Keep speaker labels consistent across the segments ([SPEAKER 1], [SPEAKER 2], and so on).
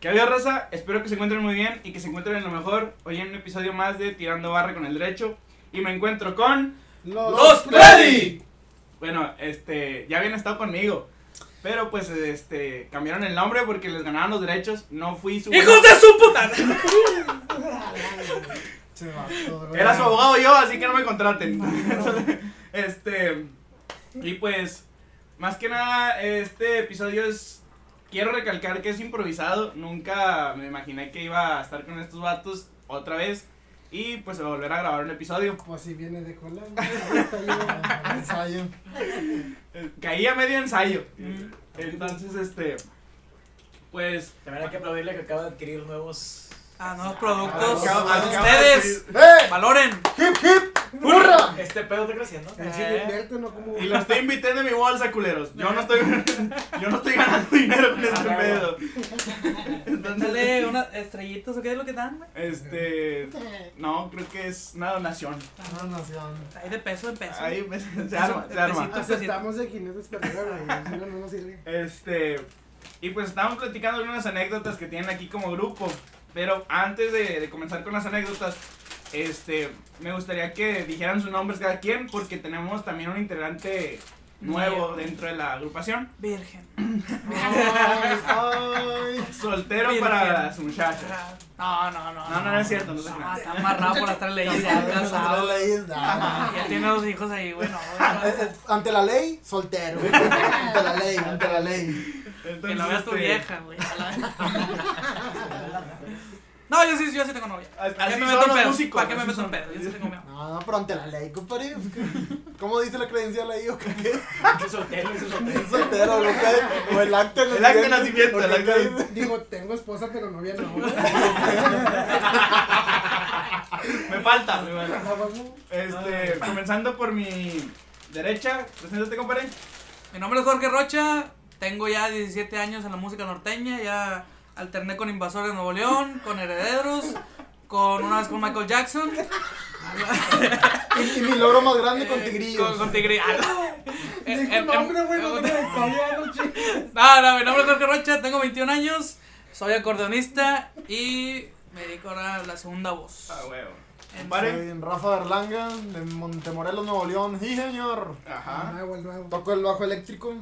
[SPEAKER 1] Entonces, raza, espero que se encuentren muy bien y que se encuentren en lo mejor. Hoy en un episodio más de Tirando Barra con el Derecho. Y me encuentro con.
[SPEAKER 2] Los,
[SPEAKER 1] Freddy! Bueno, este. Ya habían estado conmigo. Pero pues, este. Cambiaron el nombre porque les ganaron los derechos. No fui su.
[SPEAKER 3] ¡Hijos de su puta!
[SPEAKER 2] Se va todo,
[SPEAKER 1] Era su
[SPEAKER 2] ¿verdad?
[SPEAKER 1] abogado yo, así que no me contraten. este. Y pues, más que nada, este episodio es. Quiero recalcar que es improvisado. Nunca me imaginé que iba a estar con estos vatos otra vez. Y pues, a volver a grabar un episodio.
[SPEAKER 2] Pues si viene de cola, güey, ahorita yo, al ensayo.
[SPEAKER 1] Eh, Caí a medio ensayo.
[SPEAKER 3] Mm.
[SPEAKER 1] Entonces, este. Pues.
[SPEAKER 4] También hay que aplaudirle que acaba de adquirir nuevos.
[SPEAKER 3] A nuevos productos.
[SPEAKER 1] Acabo-
[SPEAKER 3] A
[SPEAKER 1] acabo de
[SPEAKER 3] ustedes.
[SPEAKER 2] ¡Eh!
[SPEAKER 3] Valoren.
[SPEAKER 2] ¡Hip, hip! ¡Burra!
[SPEAKER 4] Este pedo está creciendo.
[SPEAKER 2] El chile invierte, no como...
[SPEAKER 1] Y lo estoy invitando en mi bolsa, culeros. Yo no estoy, yo no estoy ganando dinero con este pedo. Entonces,
[SPEAKER 3] Dale unas estrellitas o qué es lo que dan, güey.
[SPEAKER 1] este. No, creo que es una donación.
[SPEAKER 2] No, no, sí, no.
[SPEAKER 3] Ahí de peso en peso.
[SPEAKER 1] Ahí me- se arma, se arma.
[SPEAKER 2] Aceptamos de jinetes perdida, güey. si no, no nos sirve.
[SPEAKER 1] Este. Y pues estábamos platicando algunas anécdotas que tienen aquí como grupo. Pero antes de, de comenzar con las anécdotas, este. Me gustaría que dijeran sus nombres cada quien, porque tenemos también un integrante nuevo
[SPEAKER 3] Nuevo.
[SPEAKER 1] dentro de la agrupación.
[SPEAKER 3] Virgen.
[SPEAKER 2] ¡Ay, ay!
[SPEAKER 1] Soltero
[SPEAKER 3] Bien,
[SPEAKER 1] para
[SPEAKER 3] bien.
[SPEAKER 1] su muchacha.
[SPEAKER 3] No, no, no.
[SPEAKER 1] No, no, no es cierto, no se
[SPEAKER 3] No,
[SPEAKER 1] crean.
[SPEAKER 3] está amarrado por las tres leyes. Ya
[SPEAKER 2] Nosotros
[SPEAKER 3] casado.
[SPEAKER 2] leyes, nah.
[SPEAKER 3] Ya tiene dos hijos ahí, güey. No,
[SPEAKER 2] Eh, eh, Ante la ley, soltero. Ante la ley, ante la ley.
[SPEAKER 1] Entonces,
[SPEAKER 3] que lo veas tu
[SPEAKER 1] este,
[SPEAKER 3] vieja, güey. No, yo sí, yo sí tengo novia.
[SPEAKER 1] este, Así
[SPEAKER 3] ¿Para qué me
[SPEAKER 1] son
[SPEAKER 3] meto en
[SPEAKER 1] los
[SPEAKER 3] pedo?
[SPEAKER 1] músicos,
[SPEAKER 3] ¿Para qué me
[SPEAKER 1] así
[SPEAKER 3] meto en
[SPEAKER 1] son.
[SPEAKER 3] pedo? Yo sí tengo miedo.
[SPEAKER 2] No, no, pero ante la ley, compadre. ¿Cómo dice la credencial ahí o qué?
[SPEAKER 4] Su soltero, su soltero.
[SPEAKER 2] Es soltero, lo que O el acta de
[SPEAKER 1] El acta de nacimiento,
[SPEAKER 2] nacimiento.
[SPEAKER 1] el
[SPEAKER 2] lo que
[SPEAKER 1] acta de-
[SPEAKER 2] dice.
[SPEAKER 5] Digo, tengo esposa, pero novia no.
[SPEAKER 1] Me falta, me falta.
[SPEAKER 2] Ah, vamos.
[SPEAKER 1] Este, comenzando por mi derecha, preséntate, compadre.
[SPEAKER 3] Mi nombre es Jorge Rocha, tengo ya 17 años en la música norteña, ya alterné con Invasores de Nuevo León, con Herederos, con una vez con Michael Jackson.
[SPEAKER 2] Y, y mi logro más grande con
[SPEAKER 3] Eh,
[SPEAKER 2] tigrillos.
[SPEAKER 3] Con, con Tigrillos. Eh, eh,
[SPEAKER 5] Dijo, no, hombre, güey, no
[SPEAKER 3] eh,
[SPEAKER 5] te italiano, chico.
[SPEAKER 3] No, no, mi nombre es Jorge Rocha, tengo 21 años, soy acordeonista y me dedico ahora a la segunda voz.
[SPEAKER 1] Ah, huevo. Compadre.
[SPEAKER 2] Soy Rafa Berlanga, de Montemorelos, Nuevo León. Sí, señor.
[SPEAKER 1] Ajá.
[SPEAKER 5] Ah, Nuevo, el nuevo.
[SPEAKER 2] Toco el bajo eléctrico.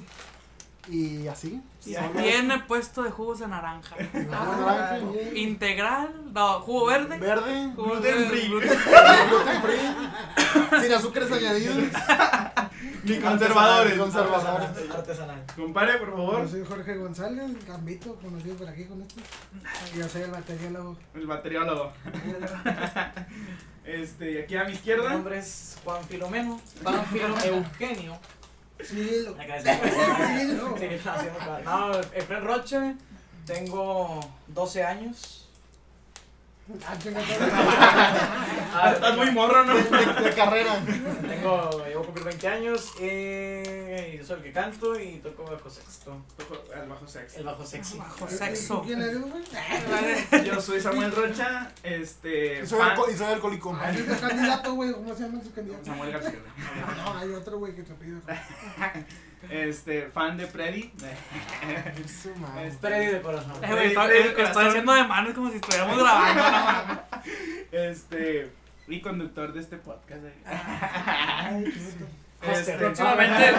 [SPEAKER 2] Y así.
[SPEAKER 1] Ya.
[SPEAKER 3] Tiene puesto de jugos de naranja.
[SPEAKER 2] Luego
[SPEAKER 5] Ah.
[SPEAKER 2] naranja,
[SPEAKER 3] Integral, no, jugo verde.
[SPEAKER 2] Verde.
[SPEAKER 3] jugo
[SPEAKER 1] Gluten
[SPEAKER 3] verde,
[SPEAKER 1] free.
[SPEAKER 3] gluten-
[SPEAKER 2] gluten free, Sin azúcares añadidos.
[SPEAKER 1] Ni conservadores.
[SPEAKER 2] Conservadores.
[SPEAKER 4] Artesanal.
[SPEAKER 1] Compadre, por favor.
[SPEAKER 5] Yo soy Jorge González, Gambito, conocido por aquí con esto. Y yo soy el bateriólogo.
[SPEAKER 1] El bateriólogo. Este, y aquí a mi
[SPEAKER 4] Mi
[SPEAKER 1] izquierda.
[SPEAKER 4] nombre es Juan Filomeno. Juan Filomeno Eugenio.
[SPEAKER 5] Sí, lo-
[SPEAKER 4] La canción. Sí, no, sí, no, No, Efren Roche. Tengo 12 años.
[SPEAKER 5] Ah, chinga, todo.
[SPEAKER 4] Ah,
[SPEAKER 1] Estás muy morro, ¿no?
[SPEAKER 2] De, de- de carrera.
[SPEAKER 4] Tengo, llevo a cumplir 20 años. Eh, yo soy el que canto y toco bajo sexto.
[SPEAKER 1] Al bajo sexo.
[SPEAKER 4] El bajo sexy.
[SPEAKER 3] Bajo sexo.
[SPEAKER 5] ¿Quién eres, güey?
[SPEAKER 1] Yo soy Samuel Rocha. Este.
[SPEAKER 2] Y soy,
[SPEAKER 1] fan-
[SPEAKER 2] alco- y soy alcohólico.
[SPEAKER 5] Ah, es el candidato, güey. ¿Cómo se llama su candidato?
[SPEAKER 1] Samuel García.
[SPEAKER 5] No, hay otro, güey, que te pido.
[SPEAKER 1] Este, fan de Freddy.
[SPEAKER 2] Su madre.
[SPEAKER 1] Este,
[SPEAKER 4] Freddy de corazón.
[SPEAKER 3] Eh, güey, estoy,
[SPEAKER 1] Freddy,
[SPEAKER 3] estoy
[SPEAKER 1] corazón.
[SPEAKER 3] haciendo de manos como si estuviéramos grabando. no mames.
[SPEAKER 1] Este. Y conductor de este podcast. eh.
[SPEAKER 5] Ay, qué bonito.
[SPEAKER 4] Este,
[SPEAKER 3] Próximamente,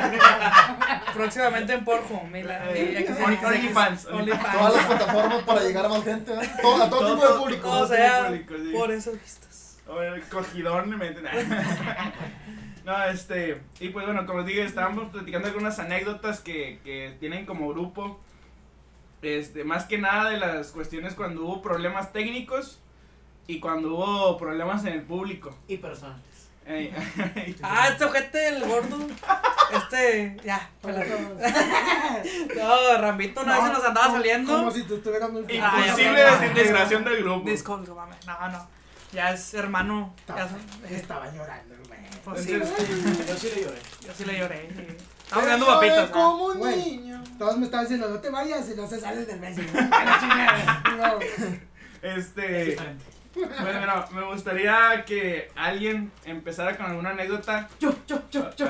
[SPEAKER 3] próximamente en Porjo. Mira,
[SPEAKER 1] Eh,
[SPEAKER 3] ya que se-
[SPEAKER 1] Only-
[SPEAKER 3] ya que se-
[SPEAKER 1] OnlyFans,
[SPEAKER 2] Todas las
[SPEAKER 3] OnlyFans.
[SPEAKER 2] plataformas para llegar a más gente. ¿eh? Todo- a todo,
[SPEAKER 1] Todo-
[SPEAKER 2] tipo de
[SPEAKER 1] todo-
[SPEAKER 2] público.
[SPEAKER 3] O
[SPEAKER 1] todo
[SPEAKER 3] sea,
[SPEAKER 1] público, sí.
[SPEAKER 3] por esas vistas.
[SPEAKER 1] O el cogidón me meten. No, este. Y pues bueno, como os digo, estábamos platicando algunas anécdotas que, que tienen como grupo. Este, más que nada de las cuestiones cuando hubo problemas técnicos y cuando hubo problemas en el público. Eh,
[SPEAKER 4] Y personales.
[SPEAKER 1] Ey, ey.
[SPEAKER 3] Ah, este ojete, el gordo. Este, ya. No, Rambito una vez se nos andaba
[SPEAKER 5] Como- Como
[SPEAKER 3] saliendo.
[SPEAKER 5] si tú estuvieras muy
[SPEAKER 3] Y- Ah, ya,
[SPEAKER 1] Imposible
[SPEAKER 3] perdón.
[SPEAKER 1] desintegración del grupo.
[SPEAKER 3] Disco, no mames. No, no. Ya es hermano. Ya son,
[SPEAKER 5] Estaba llorando, güey.
[SPEAKER 3] pues sí,
[SPEAKER 4] Yo sí le lloré.
[SPEAKER 3] yo sí le lloré. sí. Estaba
[SPEAKER 2] Soy
[SPEAKER 3] jugando papitas. ¿no?
[SPEAKER 2] Como un
[SPEAKER 5] Güey.
[SPEAKER 2] niño.
[SPEAKER 5] Todos me estaban diciendo, no te vayas y no se sales del mes. güey. No,
[SPEAKER 1] Este. Bueno, mira, me gustaría que alguien empezara con alguna anécdota.
[SPEAKER 4] Yo, yo, yo, yo.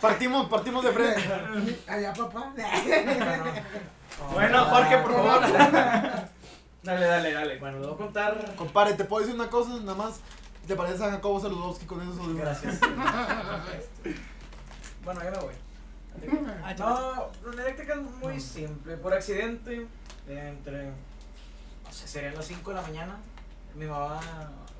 [SPEAKER 2] Partimos, partimos de frente.
[SPEAKER 5] Allá, papá.
[SPEAKER 1] Bueno, Jorge, por favor. Dale, dale, dale.
[SPEAKER 4] Bueno, les voy a contar.
[SPEAKER 2] Compadre, ¿te puedo decir una cosa? Nada más, ¿te parece a Jacobo Saludowski con eso?
[SPEAKER 4] Gracias. bueno, ya me voy. No, la eléctrica es muy simple. Por accidente, entre. No sé, serían las 5 de la mañana. Mi mamá.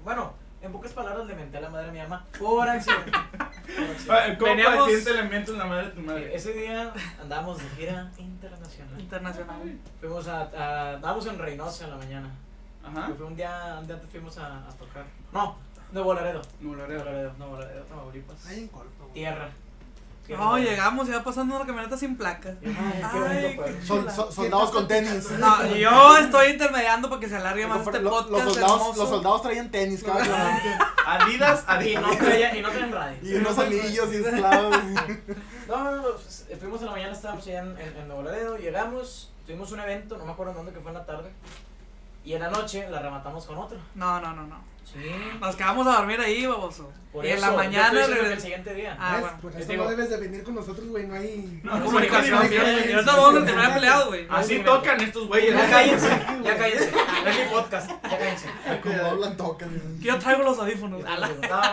[SPEAKER 4] Bueno, en pocas palabras le menté a la madre a mi mamá. Por accidente. Por accidente.
[SPEAKER 1] Ah, ¿Cómo
[SPEAKER 3] Veníamos-
[SPEAKER 1] para te le mientes la madre de tu
[SPEAKER 4] Sí,
[SPEAKER 1] madre?
[SPEAKER 4] Ese día andamos de gira internacional.
[SPEAKER 3] Internacional.
[SPEAKER 4] Fuimos a. a- andábamos en Reynosa en la mañana.
[SPEAKER 1] Ajá.
[SPEAKER 4] Fue un día. Un día antes fuimos a, a tocar. Ah. No, Nuevo Laredo.
[SPEAKER 1] No, lo
[SPEAKER 4] Nuevo
[SPEAKER 1] haré.
[SPEAKER 4] Laredo, Nuevo Laredo, Tamaulipas.
[SPEAKER 5] Ahí en corto. güey.
[SPEAKER 4] Tierra. Tierra.
[SPEAKER 3] No, llegamos y va pasando una camioneta sin placa.
[SPEAKER 4] Ay, qué
[SPEAKER 3] Ay,
[SPEAKER 4] bonito pueblo.
[SPEAKER 3] qué-
[SPEAKER 2] Sol- sol- soldados con tenis.
[SPEAKER 3] No, yo estoy intermediando para que se alargue más este
[SPEAKER 2] Compadre, lo-
[SPEAKER 3] podcast.
[SPEAKER 2] los, soldados,
[SPEAKER 3] hermoso.
[SPEAKER 2] los soldados traían tenis, cabrón.
[SPEAKER 1] Adidas,
[SPEAKER 4] Ah, Y no,
[SPEAKER 1] Adidas.
[SPEAKER 4] traía- y no traen radio.
[SPEAKER 2] Y unos anillos y esclavos.
[SPEAKER 4] No, no, no, pues, eh, fuimos en la mañana, estábamos allá en, en, en Nuevo Laredo, llegamos, tuvimos un evento, no me acuerdo en dónde, que fue en la tarde, y en la noche la rematamos con otro.
[SPEAKER 3] No, no, no, no.
[SPEAKER 4] Sí,
[SPEAKER 3] Nos quedamos a dormir ahí, baboso.
[SPEAKER 4] por
[SPEAKER 3] y
[SPEAKER 4] eso,
[SPEAKER 3] en la
[SPEAKER 4] yo
[SPEAKER 3] mañana
[SPEAKER 4] estoy diciendo que el
[SPEAKER 3] regresamos.
[SPEAKER 4] siguiente día.
[SPEAKER 3] Ah,
[SPEAKER 5] ¿Ves?
[SPEAKER 3] bueno.
[SPEAKER 5] Por
[SPEAKER 4] Yo
[SPEAKER 5] eso
[SPEAKER 4] digo-
[SPEAKER 5] no debes de venir con nosotros, güey. No hay.
[SPEAKER 1] No,
[SPEAKER 5] hay
[SPEAKER 1] comunicación,
[SPEAKER 5] hay
[SPEAKER 1] bien,
[SPEAKER 5] hay-
[SPEAKER 1] bien.
[SPEAKER 3] Ahorita vamos a terminar peleados, güey.
[SPEAKER 1] Así tocan estos güeyes.
[SPEAKER 4] Ya cállense, ya
[SPEAKER 5] güey.
[SPEAKER 4] cállense, no es mi podcast, ya cállense.
[SPEAKER 2] Como hablan, tocan.
[SPEAKER 3] Que yo traigo los audífonos.
[SPEAKER 4] No, no,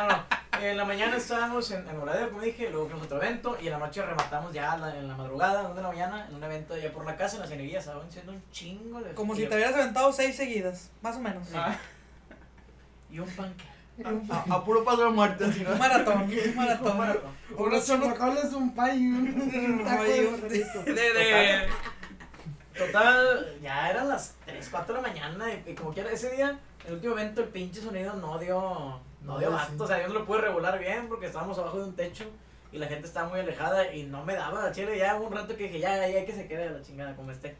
[SPEAKER 4] no. En la mañana estábamos en, en Nuevo Laredo, como dije, luego fuimos a otro evento, y en la noche rematamos ya a la- en la madrugada, una de la mañana, en un evento allá por la casa, en las cenerías, estaban siendo un chingo de
[SPEAKER 3] Como si
[SPEAKER 4] frío.
[SPEAKER 3] te hubieras aventado seis seguidas, más o menos.
[SPEAKER 1] Ah,
[SPEAKER 4] Y un panque.
[SPEAKER 1] A, a puro paso de muerte, así, ¿no?
[SPEAKER 3] Un maratón, un maratón.
[SPEAKER 5] Unos chorrocoles, un pay y un- un taco de
[SPEAKER 3] De,
[SPEAKER 5] burrito.
[SPEAKER 3] de...
[SPEAKER 4] Total, ya eran las 3, 4 de la mañana y, y como quiera, ese día, el último evento, el pinche sonido no dio, no
[SPEAKER 2] No,
[SPEAKER 4] dio
[SPEAKER 2] sí.
[SPEAKER 4] basto, o sea, yo no lo pude regular bien porque estábamos abajo de un techo y la gente estaba muy alejada y no me daba, chile, ya hubo un rato que dije, ya, ya, ya que se quede la chingada como esté.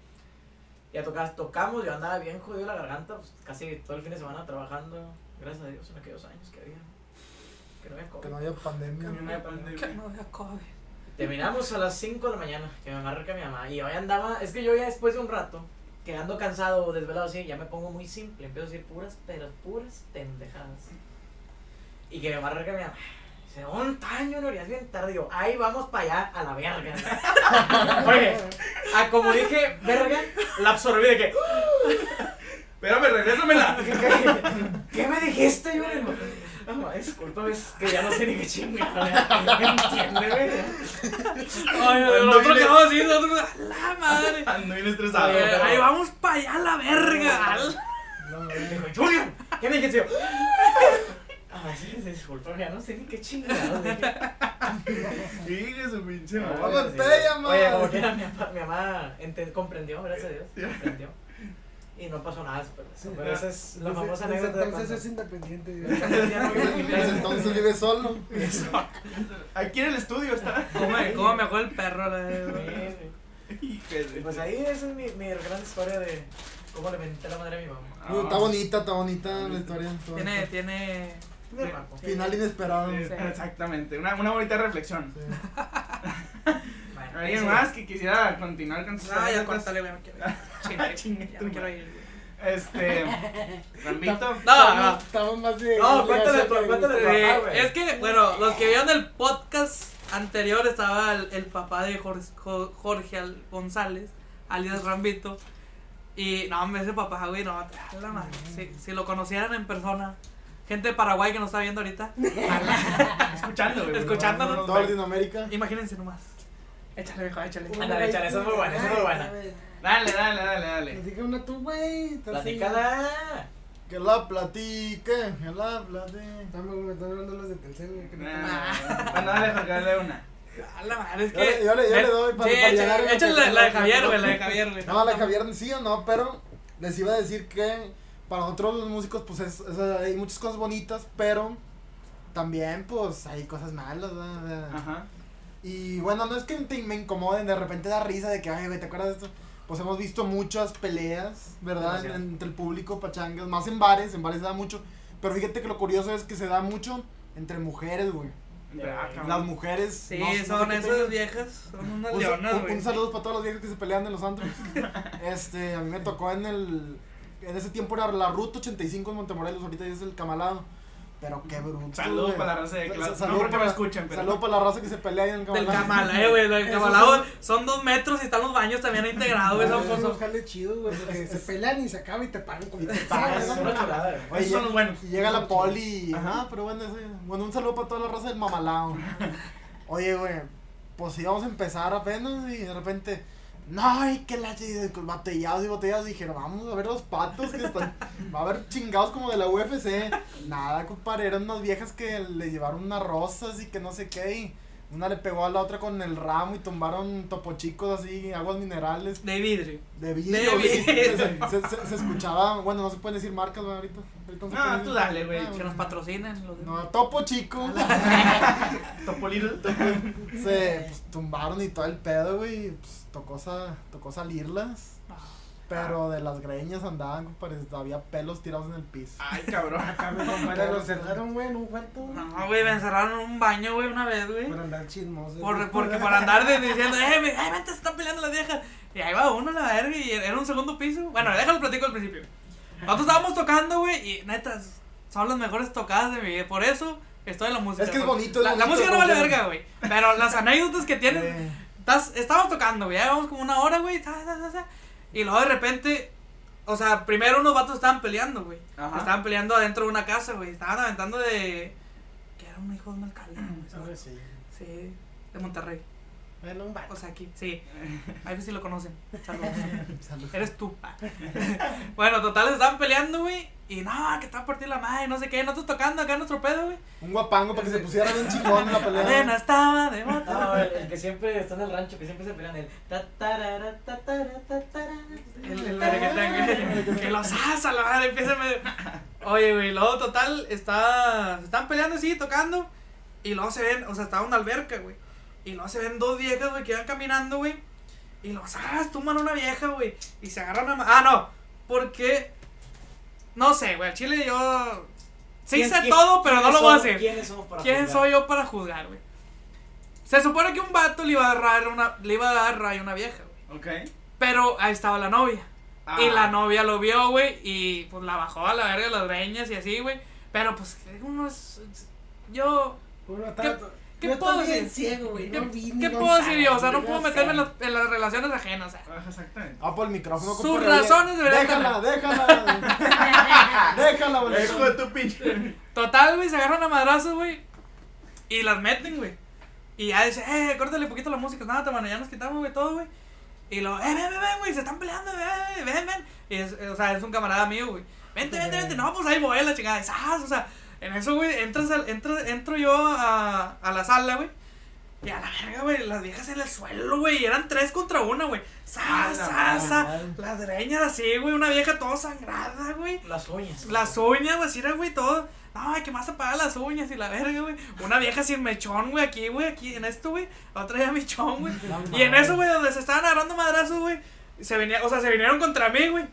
[SPEAKER 4] Ya tocas, tocamos, yo andaba bien jodido la garganta, pues, casi todo el fin de semana trabajando, gracias a Dios, en aquellos años que había, que no había COVID.
[SPEAKER 2] Que no haya pandemia.
[SPEAKER 3] Que no había COVID.
[SPEAKER 4] Terminamos a las 5 de la mañana, que me marca mi mamá. Y hoy andaba, es que yo ya después de un rato, quedando cansado o desvelado así, ya me pongo muy simple. Empiezo a decir puras, pero puras pendejadas. Y que me marca mi mamá. Dice, un taño, no es bien tarde. Y yo, ahí vamos para allá, a la verga. Oye, a como dije, verga, la absorbí de que, "Ah,
[SPEAKER 1] Espérame, regrésamela.
[SPEAKER 4] ¿qué me dijiste, yo? Mamá, disculpa, es que ya no sé ni qué chingada. Entiéndeme.
[SPEAKER 3] Ay, el
[SPEAKER 1] Cuando
[SPEAKER 3] otro
[SPEAKER 1] viene-
[SPEAKER 3] que vamos así, el otro ¡a la madre.
[SPEAKER 1] Ando bien estresado.
[SPEAKER 4] Oye,
[SPEAKER 1] pero-
[SPEAKER 3] Ahí vamos para allá a la verga. al-
[SPEAKER 4] Y
[SPEAKER 2] No, no,
[SPEAKER 4] dijo, Junior, ¿qué me dijiste? Yo, a veces disculpa, ya no sé ni qué chingados dije.
[SPEAKER 1] Sigue su pinche
[SPEAKER 2] no
[SPEAKER 1] mamá.
[SPEAKER 2] me pella, man.
[SPEAKER 4] Oye, como que era mi, papá- mi mamá ente- comprendió, gracias a Dios, comprendió. Y no pasó nada después de eso. Pero esa es la
[SPEAKER 5] Desde-
[SPEAKER 4] famosa
[SPEAKER 5] desde
[SPEAKER 4] anécdota de
[SPEAKER 5] Entonces
[SPEAKER 4] cuando- Ah,
[SPEAKER 5] es independiente. güey.
[SPEAKER 4] Ya no vive en mi
[SPEAKER 2] Pues
[SPEAKER 4] casa.
[SPEAKER 2] entonces vive solo.
[SPEAKER 1] Aquí en el estudio está.
[SPEAKER 3] ¿Cómo me, cómo me dejó el perro? La de...
[SPEAKER 4] Sí,
[SPEAKER 1] Hijo
[SPEAKER 4] sí.
[SPEAKER 1] de-
[SPEAKER 4] Pues ahí esa es mi, mi gran historia de cómo le menté la madre a mi mamá.
[SPEAKER 1] Ah,
[SPEAKER 2] Está bonita, está bonita la historia. está
[SPEAKER 3] Tiene,
[SPEAKER 2] bonita.
[SPEAKER 3] tiene...
[SPEAKER 4] Me marcó.
[SPEAKER 2] Final inesperado.
[SPEAKER 1] sí,
[SPEAKER 3] Sí.
[SPEAKER 1] Exactamente, una, una bonita reflexión.
[SPEAKER 2] Sí.
[SPEAKER 4] Bueno,
[SPEAKER 1] ¿Alguien
[SPEAKER 4] sí.
[SPEAKER 1] más que quisiera continuar con sus
[SPEAKER 3] Ah, ya
[SPEAKER 1] anécdotas?
[SPEAKER 3] cortale, ya me quiero ir. Chinga,
[SPEAKER 1] Chinga
[SPEAKER 3] ya
[SPEAKER 1] tu
[SPEAKER 3] me quiero ir.
[SPEAKER 1] Este. Rambito.
[SPEAKER 3] No, no.
[SPEAKER 2] Estaba más de.
[SPEAKER 4] No, cuéntale tu- cuéntale tu-
[SPEAKER 3] Eh,
[SPEAKER 4] papá, güey.
[SPEAKER 3] es que, bueno, los que vieron el podcast anterior estaba el, el papá de Jorge, Jo- Jorge Al- González, alias Rambito. Y no, hombre, ese papá, güey, no, a la madre. Si, si lo conocieran en persona, gente de Paraguay que nos está viendo ahorita,
[SPEAKER 1] Escuchando, güey.
[SPEAKER 3] Escuchándonos.
[SPEAKER 1] No, no, no,
[SPEAKER 2] Toda
[SPEAKER 1] no.
[SPEAKER 2] Latinoamérica.
[SPEAKER 3] imagínense nomás. Échale, viejo, échale.
[SPEAKER 5] Ah,
[SPEAKER 4] Ándale, échale, esa es muy buena, esa es muy buena.
[SPEAKER 1] Dale, dale, dale,
[SPEAKER 5] Ay,
[SPEAKER 1] dale.
[SPEAKER 5] Platica una tú, güey. Estás
[SPEAKER 4] Platícala.
[SPEAKER 2] Que la platique. Que la platique.
[SPEAKER 5] Estamos güey, están hablando los de Telcel, güey. que no
[SPEAKER 1] Nah,
[SPEAKER 5] están-
[SPEAKER 1] Bueno, dale, Jorge, dale una.
[SPEAKER 3] A la madre, es
[SPEAKER 2] Yo
[SPEAKER 3] que.
[SPEAKER 2] le- yo le- yo le doy para-
[SPEAKER 3] Sí,
[SPEAKER 2] para
[SPEAKER 3] échale,
[SPEAKER 2] llenar una
[SPEAKER 3] échale la,
[SPEAKER 2] persona.
[SPEAKER 3] la de Javier, güey, la de Javier, güey.
[SPEAKER 2] No, la Javier sí o no, pero les iba a decir que para nosotros los músicos, pues es- es- hay muchas cosas bonitas, pero también, pues hay cosas malas. ¿verdad? O sea,
[SPEAKER 4] Ah.
[SPEAKER 1] Ajá.
[SPEAKER 2] Y bueno, no es que te- me incomoden, de repente da risa de que, ay, güey, ¿te acuerdas de esto? Pues hemos visto muchas peleas, ¿verdad?
[SPEAKER 4] Demasiado.
[SPEAKER 2] entre el público, pachangas, más en bares, en bares se da mucho. Pero fíjate que lo curioso es que se da mucho entre mujeres, güey.
[SPEAKER 1] Ah, cabrón.
[SPEAKER 2] Las mujeres.
[SPEAKER 3] Sí,
[SPEAKER 2] no- no sé
[SPEAKER 3] son
[SPEAKER 2] qué
[SPEAKER 3] esas
[SPEAKER 2] tengan.
[SPEAKER 3] viejas, son unas
[SPEAKER 2] Un,
[SPEAKER 3] leonas,
[SPEAKER 2] un-
[SPEAKER 3] güey.
[SPEAKER 2] un saludo para todos los viejos que se pelean en los antros. este, a mí me tocó en el. En ese tiempo era la Ruta 85 en Montemorelos, ahorita ya es el Camalado. Pero qué bruto.
[SPEAKER 1] Saludos
[SPEAKER 2] güey.
[SPEAKER 1] para la raza de
[SPEAKER 2] Sa-
[SPEAKER 1] Cla-
[SPEAKER 2] sa-
[SPEAKER 1] no creo que me
[SPEAKER 2] para-
[SPEAKER 1] escuchen, pero-
[SPEAKER 2] Saludos para la raza que se pelea ahí en el
[SPEAKER 3] Del
[SPEAKER 2] Camalá.
[SPEAKER 3] Camala, eh, güey. Del
[SPEAKER 5] Esos
[SPEAKER 3] Camala,
[SPEAKER 5] son-
[SPEAKER 3] güey, son dos metros y están los baños también integrados, güey.
[SPEAKER 5] Ah, Güey,
[SPEAKER 3] Son
[SPEAKER 5] son unos
[SPEAKER 3] cosas.
[SPEAKER 5] jales chidos, güey, porque se pelean y se acaba y te pagan con
[SPEAKER 2] Y te
[SPEAKER 4] Ah,
[SPEAKER 2] pagan,
[SPEAKER 4] es una chulada, güey.
[SPEAKER 2] Oye,
[SPEAKER 1] Esos son los buenos.
[SPEAKER 2] Y llega la poli y,
[SPEAKER 1] Ajá.
[SPEAKER 2] ah, pero bueno, ese- bueno, un saludo para toda la raza del mamalao. Oye, güey, pues íbamos a empezar apenas y de repente, no, y que la y botellados y botellados. Dijeron, vamos a ver los patos que están, va a haber chingados como de la UFC. Nada, compadre, eran unas viejas que le llevaron unas rosas y que no sé qué. Y una le pegó a la otra con el ramo y tumbaron topochicos así, aguas minerales.
[SPEAKER 3] De vidrio.
[SPEAKER 2] De vidrio.
[SPEAKER 3] De
[SPEAKER 2] güey.
[SPEAKER 3] vidrio.
[SPEAKER 2] Se, se- se escuchaba, bueno, no se pueden decir marcas, ¿verdad? ahorita. ahorita se
[SPEAKER 1] No,
[SPEAKER 2] pueden-
[SPEAKER 1] tú dale, güey.
[SPEAKER 2] Ah,
[SPEAKER 3] Que nos patrocinan. Los...
[SPEAKER 2] No, topo chico.
[SPEAKER 1] Topolino.
[SPEAKER 2] se pues, tumbaron y todo el pedo, güey. y, Pues, tocó, sa- tocó salirlas.
[SPEAKER 3] Ah.
[SPEAKER 2] Pero de las greñas andaban, compadre. Había pelos tirados en el piso.
[SPEAKER 3] Ah,
[SPEAKER 1] Ay, cabrón.
[SPEAKER 5] Pero lo cerraron, güey, en un cuarto.
[SPEAKER 3] No, güey, me encerraron en un baño, güey, una vez, güey.
[SPEAKER 5] Por andar chismoso.
[SPEAKER 3] Por, porque por andar de- diciendo, eh, me, ay, vente, se están peleando las viejas. Y ahí va uno a la verga y era un segundo piso. Bueno, déjalo platico al principio. Nosotros estábamos tocando, güey, y netas, son las mejores tocadas de mi vida. Por eso estoy en la música.
[SPEAKER 2] Es que es
[SPEAKER 3] porque
[SPEAKER 2] bonito, es
[SPEAKER 3] La, la
[SPEAKER 2] bonito,
[SPEAKER 3] música no vale
[SPEAKER 2] porque-
[SPEAKER 3] verga, güey. Pero las anécdotas que tienen,
[SPEAKER 2] Eh,
[SPEAKER 3] Estás, estábamos tocando, güey. Ya llevamos como una hora, güey. ta, ta, ta, ta, Y luego de repente. O sea, primero unos vatos estaban peleando, güey.
[SPEAKER 1] Ajá.
[SPEAKER 3] Estaban peleando adentro de una casa, güey. Estaban aventando de. Que era un hijo de un alcalde, güey, ese vato.
[SPEAKER 5] Sí.
[SPEAKER 3] Sí. De Monterrey.
[SPEAKER 5] Bueno, un vato.
[SPEAKER 3] O sea, aquí. Sí. A ver si lo conocen. Saludos.
[SPEAKER 2] salud.
[SPEAKER 3] Eres tú. Ah. bueno, total, se estaban peleando, güey. Y no, que estaba partiendo la madre, no sé qué. Nosotros tocando acá nuestro pedo, güey.
[SPEAKER 2] Un guapango para que se pusiera bien chingón en la
[SPEAKER 3] La arena
[SPEAKER 2] pelea.
[SPEAKER 3] estaba de moto.
[SPEAKER 4] No, el, el que siempre está en el rancho, que siempre se pelean el tatarara, tatarara, tatarara.
[SPEAKER 3] El, el merequetengue. que los asa, la madre, empieza a medio. Oye, güey, luego total, está, se están peleando así, tocando. Y luego se ven, o sea, estaba una alberca, güey. Y luego se ven dos viejas, güey, que van caminando, güey. Y los ah, tuman a una vieja, güey. Y se agarran a. ma- Ah, no, porque. No sé, güey, al chile yo. Sí
[SPEAKER 4] ¿Quién-
[SPEAKER 3] sé
[SPEAKER 4] quién-
[SPEAKER 3] todo, pero no
[SPEAKER 4] quiénes
[SPEAKER 3] lo voy a
[SPEAKER 4] somos-
[SPEAKER 3] hacer.
[SPEAKER 4] ¿Quiénes somos para
[SPEAKER 3] ¿Quién
[SPEAKER 4] juzgar?
[SPEAKER 3] soy yo para juzgar, güey? Se supone que un vato le iba a dar una, le iba a dar rayo a una vieja, güey.
[SPEAKER 1] Ok.
[SPEAKER 3] Pero ahí estaba la novia.
[SPEAKER 1] Ah.
[SPEAKER 3] Y la novia lo vio, güey, y pues la bajó a la verga de las greñas y así, güey. Pero pues uno es... es- Yo...
[SPEAKER 5] Uno está-
[SPEAKER 3] ¿Qué
[SPEAKER 5] yo
[SPEAKER 3] puedo
[SPEAKER 5] estoy bien
[SPEAKER 3] decir?
[SPEAKER 5] ciego, güey.
[SPEAKER 3] ¿Qué,
[SPEAKER 5] no vi ni
[SPEAKER 3] qué
[SPEAKER 5] no
[SPEAKER 3] puedo decir
[SPEAKER 5] sabe,
[SPEAKER 3] yo? O sea, no
[SPEAKER 5] yo
[SPEAKER 3] puedo
[SPEAKER 5] sé.
[SPEAKER 3] meterme en las, en las relaciones ajenas, o sea.
[SPEAKER 1] Ajá, Exactamente.
[SPEAKER 2] Ah, por el micrófono.
[SPEAKER 3] Sus
[SPEAKER 2] compadre.
[SPEAKER 3] razones deberían
[SPEAKER 2] Déjala, déjala. déjala,
[SPEAKER 1] Hijo de
[SPEAKER 2] boludo.
[SPEAKER 1] tu pinche.
[SPEAKER 3] Total, güey, se agarran a madrazos, güey. Y las meten, güey. Y ya dice, eh, córtale poquito la música. Nada, mano, ya nos quitamos, güey, todo, güey. Y lo, eh, ven, ven, ven, güey, se están peleando, ven, ven, ven. Y es, o sea, es un camarada mío, güey. Vente, vente, vente. No, pues ahí voy a la chingada. Y ¡zas! O sea, en eso, güey, entras al- entro, entro yo a, a la sala, güey. Y a la verga, güey, las viejas en el suelo, güey. Y eran tres contra una, güey.
[SPEAKER 1] Ah,
[SPEAKER 3] ¡Sas,
[SPEAKER 1] la
[SPEAKER 3] sas, sas! Las dreñas así, güey. Una vieja toda sangrada, güey.
[SPEAKER 4] Las uñas.
[SPEAKER 3] Las uñas, güey, así era, güey, todo. Ay, que más apagar las uñas y la verga, güey. Una vieja sin mechón, güey, aquí, güey, aquí, en esto, güey. La Otra ya mechón, güey. Y en eso, güey, donde se estaban agarrando madrazos, güey. Se venía, o sea, se vinieron contra mí, güey.